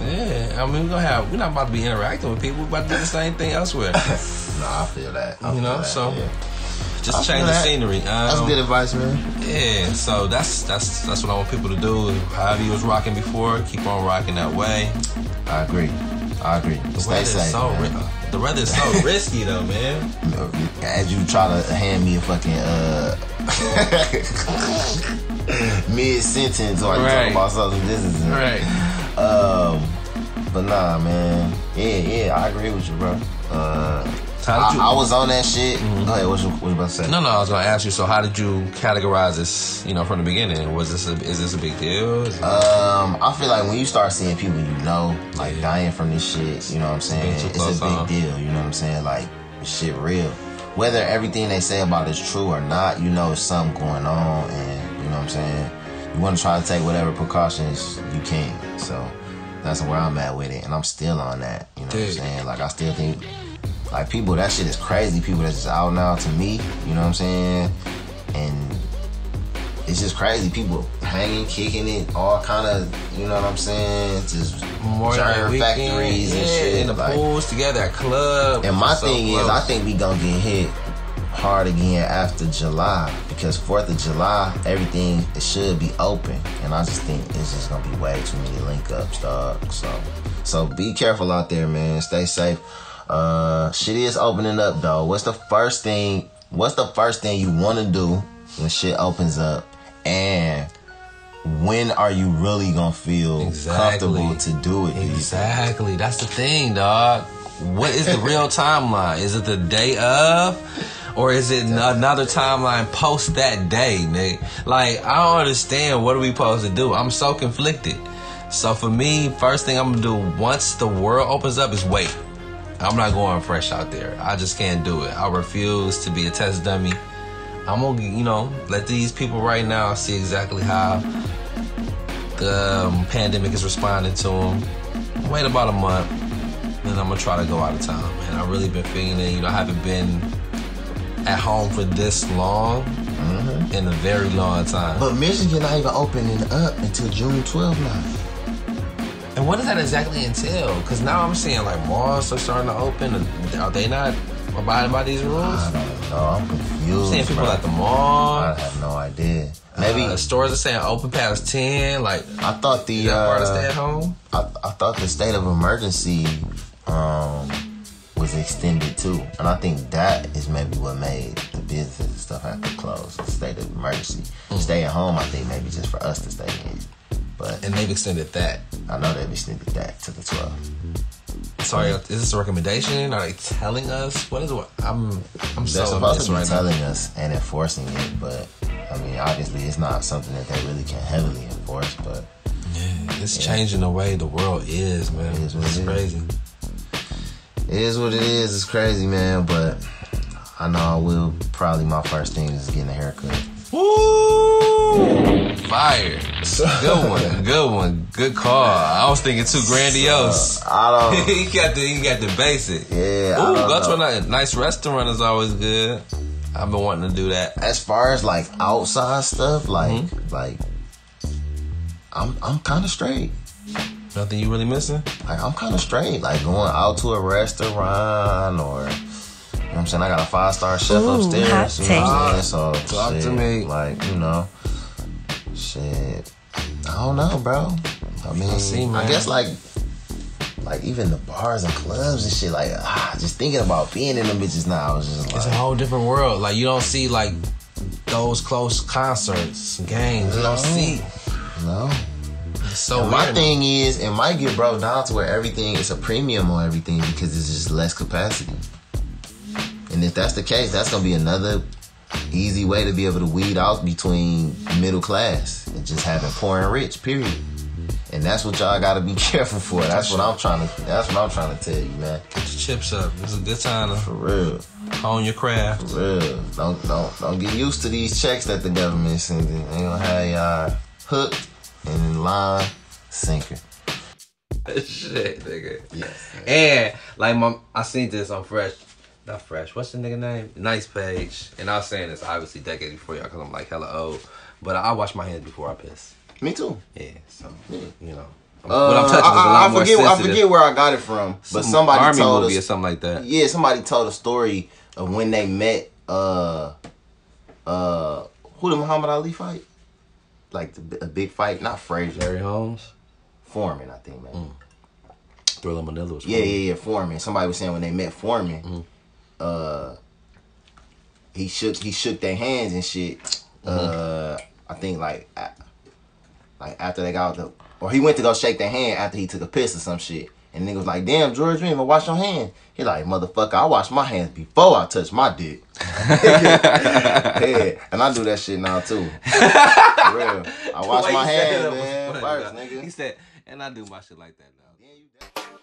S5: Yeah, I mean we're gonna have we're not about to be interacting with people, we're about to do the same thing elsewhere.
S6: Nah, I feel that. I
S5: You
S6: feel
S5: know,
S6: that,
S5: so-
S6: yeah. I
S5: Just
S6: feel
S5: change the
S6: that.
S5: scenery.
S6: That's
S5: Um,
S6: good advice, man.
S5: yeah, so that's that's that's what I want people to do. However you was rocking before, keep on rocking that way.
S6: I agree. I agree.
S5: The
S6: Stay
S5: weather
S6: safe.
S5: is so
S6: man.
S5: ri- the weather is so risky though, man.
S6: as you try to hand me a fucking uh mid sentence or you
S5: Right.
S6: talking about social distancing. Um but nah man. Yeah, yeah, I agree with you, bro. Uh
S5: How
S6: I,
S5: did you? Mm-hmm.
S6: I was on that shit. Go ahead, what you, what you about to say?
S5: no, no, I was gonna ask you. So, how did you categorize this? You know, from the beginning, was this a, is this a big deal? Is it-
S6: Um, I feel like when you start seeing people you know, like dying from this shit, you know what I'm saying?
S5: It's a
S6: It's
S5: big
S6: a
S5: time.
S6: big deal, you know what I'm saying? Like, shit real. Whether everything they say about it's true or not, you know something going on, and you know what I'm saying? You want to try to take whatever precautions you can. So, that's where I'm at with it, and I'm still on that, you know what I'm
S5: Dude.
S6: saying? Like, I still think, like, people, that shit is crazy. People that's just out now to me, you know what I'm saying? And it's just crazy. People hanging, kicking it, all kind of, you know what I'm saying? Just
S5: Memorial
S6: germ
S5: Day weekend,
S6: factories and
S5: yeah,
S6: shit.
S5: in the
S6: like-
S5: pools together at club.
S6: and my
S5: So
S6: thing is, I
S5: close.
S6: think we gonna get hit hard again after July because Fourth of July, everything it should be open, and I just think it's just gonna be way too many link ups, dog. So, so be careful out there, man. Stay safe. Uh, shit is opening up though. What's the first thing? What's the first thing you wanna do when shit opens up? And when are you really gonna feel
S5: Exactly.
S6: comfortable to do it? do you think?
S5: Exactly. That's the thing, dog. What is the real timeline? Is it the day of? Or is it n- another timeline post that day, nigga? Like, I don't understand what are we supposed to do. I'm so conflicted. So for me, first thing I'm gonna do once the world opens up is wait. I'm not going fresh out there. I just can't do it. I refuse to be a test dummy. I'm gonna, you know, let these people right now see exactly how the um, pandemic is responding to them. Wait about a month, then I'm gonna try to go out of town, man. I've really been feeling it. You know, I haven't been at home for this long in a very long time.
S6: But Michigan not even opening up until June 12th now.
S5: and what does that exactly entail? Because now I'm seeing like malls are starting to open. and Are they not abiding by these rules?
S6: I
S5: I'm
S6: don't know. I'm confused.
S5: seeing people
S6: bro.
S5: at the mall.
S6: I have no idea. Maybe
S5: Uh, stores are saying open past ten. Like,
S6: I thought the
S5: you got bar to stay
S6: uh,
S5: at home.
S6: I, I thought the state of emergency um, was extended too, and I think that is maybe what made the business and stuff have to close. The state of emergency,
S5: Hmm.
S6: stay at home. I think maybe just for us to stay in. But
S5: And they've extended that.
S6: I know they extended that to the 12th.
S5: Sorry, is this a recommendation? Are they telling us? What is what? I'm I'm
S6: They're
S5: so
S6: supposed
S5: this
S6: to be
S5: right now.
S6: telling us and enforcing it, but I mean, obviously, it's not something that they really can heavily enforce. But
S5: It's changing the way the world is, man.
S6: It is what
S5: it's
S6: it is.
S5: crazy.
S6: it is what it is. It's crazy, man. But I know I will. Probably my first thing is getting a haircut.
S5: Woo! Fire. Good one. Good one. Good call. I was thinking too grandiose.
S6: I don't.
S5: you got the you got the basic.
S6: Yeah. I
S5: Ooh,
S6: don't
S5: go
S6: know.
S5: to a ni- nice restaurant is always good. I've been wanting to do that.
S6: as far as like outside stuff, like like I'm I'm kind of straight.
S5: Nothing you really missing?
S6: Like I'm kind of straight. Like going out to a restaurant or. You know what I'm saying I got a five star chef
S4: Ooh,
S6: upstairs.
S4: hot
S6: you know what I'm
S5: take.
S6: saying? So
S5: Talk to
S6: shit,
S5: me.
S6: Like you know, shit. I don't know, bro. I mean,
S5: see,
S6: I
S5: man.
S6: guess like, like even the bars and clubs and shit. Like, ah, just thinking about being in them bitches now. I was just like,
S5: It's a whole different world. Like you don't see like those close concerts, games. You don't see.
S6: no.
S5: It's so
S6: And my
S5: weird.
S6: thing is, it might get brought down to where everything is a premium on everything because it's just less capacity. And if that's the case, that's gonna be another easy way to be able to weed out between middle class and just having poor and rich, period. And that's what y'all gotta be careful for. That's what I'm trying to. That's what I'm trying to tell you, man.
S5: Get your chips up. It's a good time
S6: For real,
S5: to hone your craft.
S6: for real. Don't don't don't get used to these checks that the government sending. They gonna have y'all hooked and in line sinker.
S7: Shit, nigga. And like my, I seen this on Fresh, not Fresh. What's the nigga name? Nice Page. And I was saying this obviously decades before y'all, cause I'm like hella old. But I wash my hands before I piss.
S6: Me too.
S7: Yeah, so you know. I'm-
S6: Uh,
S7: what I'm touching is a lot
S6: I, I, I
S7: more
S6: forget, I
S7: sensitive.
S6: forget where I got it from, but
S7: Some
S6: somebody
S7: army
S6: told
S7: movie or
S6: us.
S7: something like that.
S6: Yeah, somebody told a story of when they met. Uh, uh, who did Muhammad Ali fight? Like the, b- a big fight, not Frazier,
S7: Larry Holmes,
S6: Foreman, I think, man.
S7: Mm. Thriller Manila was
S6: Yeah, yeah, yeah, Foreman. Somebody was saying when they met Foreman, uh, he shook he shook their hands and shit. Uh, I think like a- like after they got the or he went to go shake their hand after he took a piss or some shit. And nigga was like, damn, George, you ain't even wash your hands. He like, motherfucker, I wash my hands before I touch my dick. yeah, and I do that shit now too. For real. I wash my hands, man, first, nigga.
S7: He said, and I do my shit like that now.
S6: Yeah, you definitely-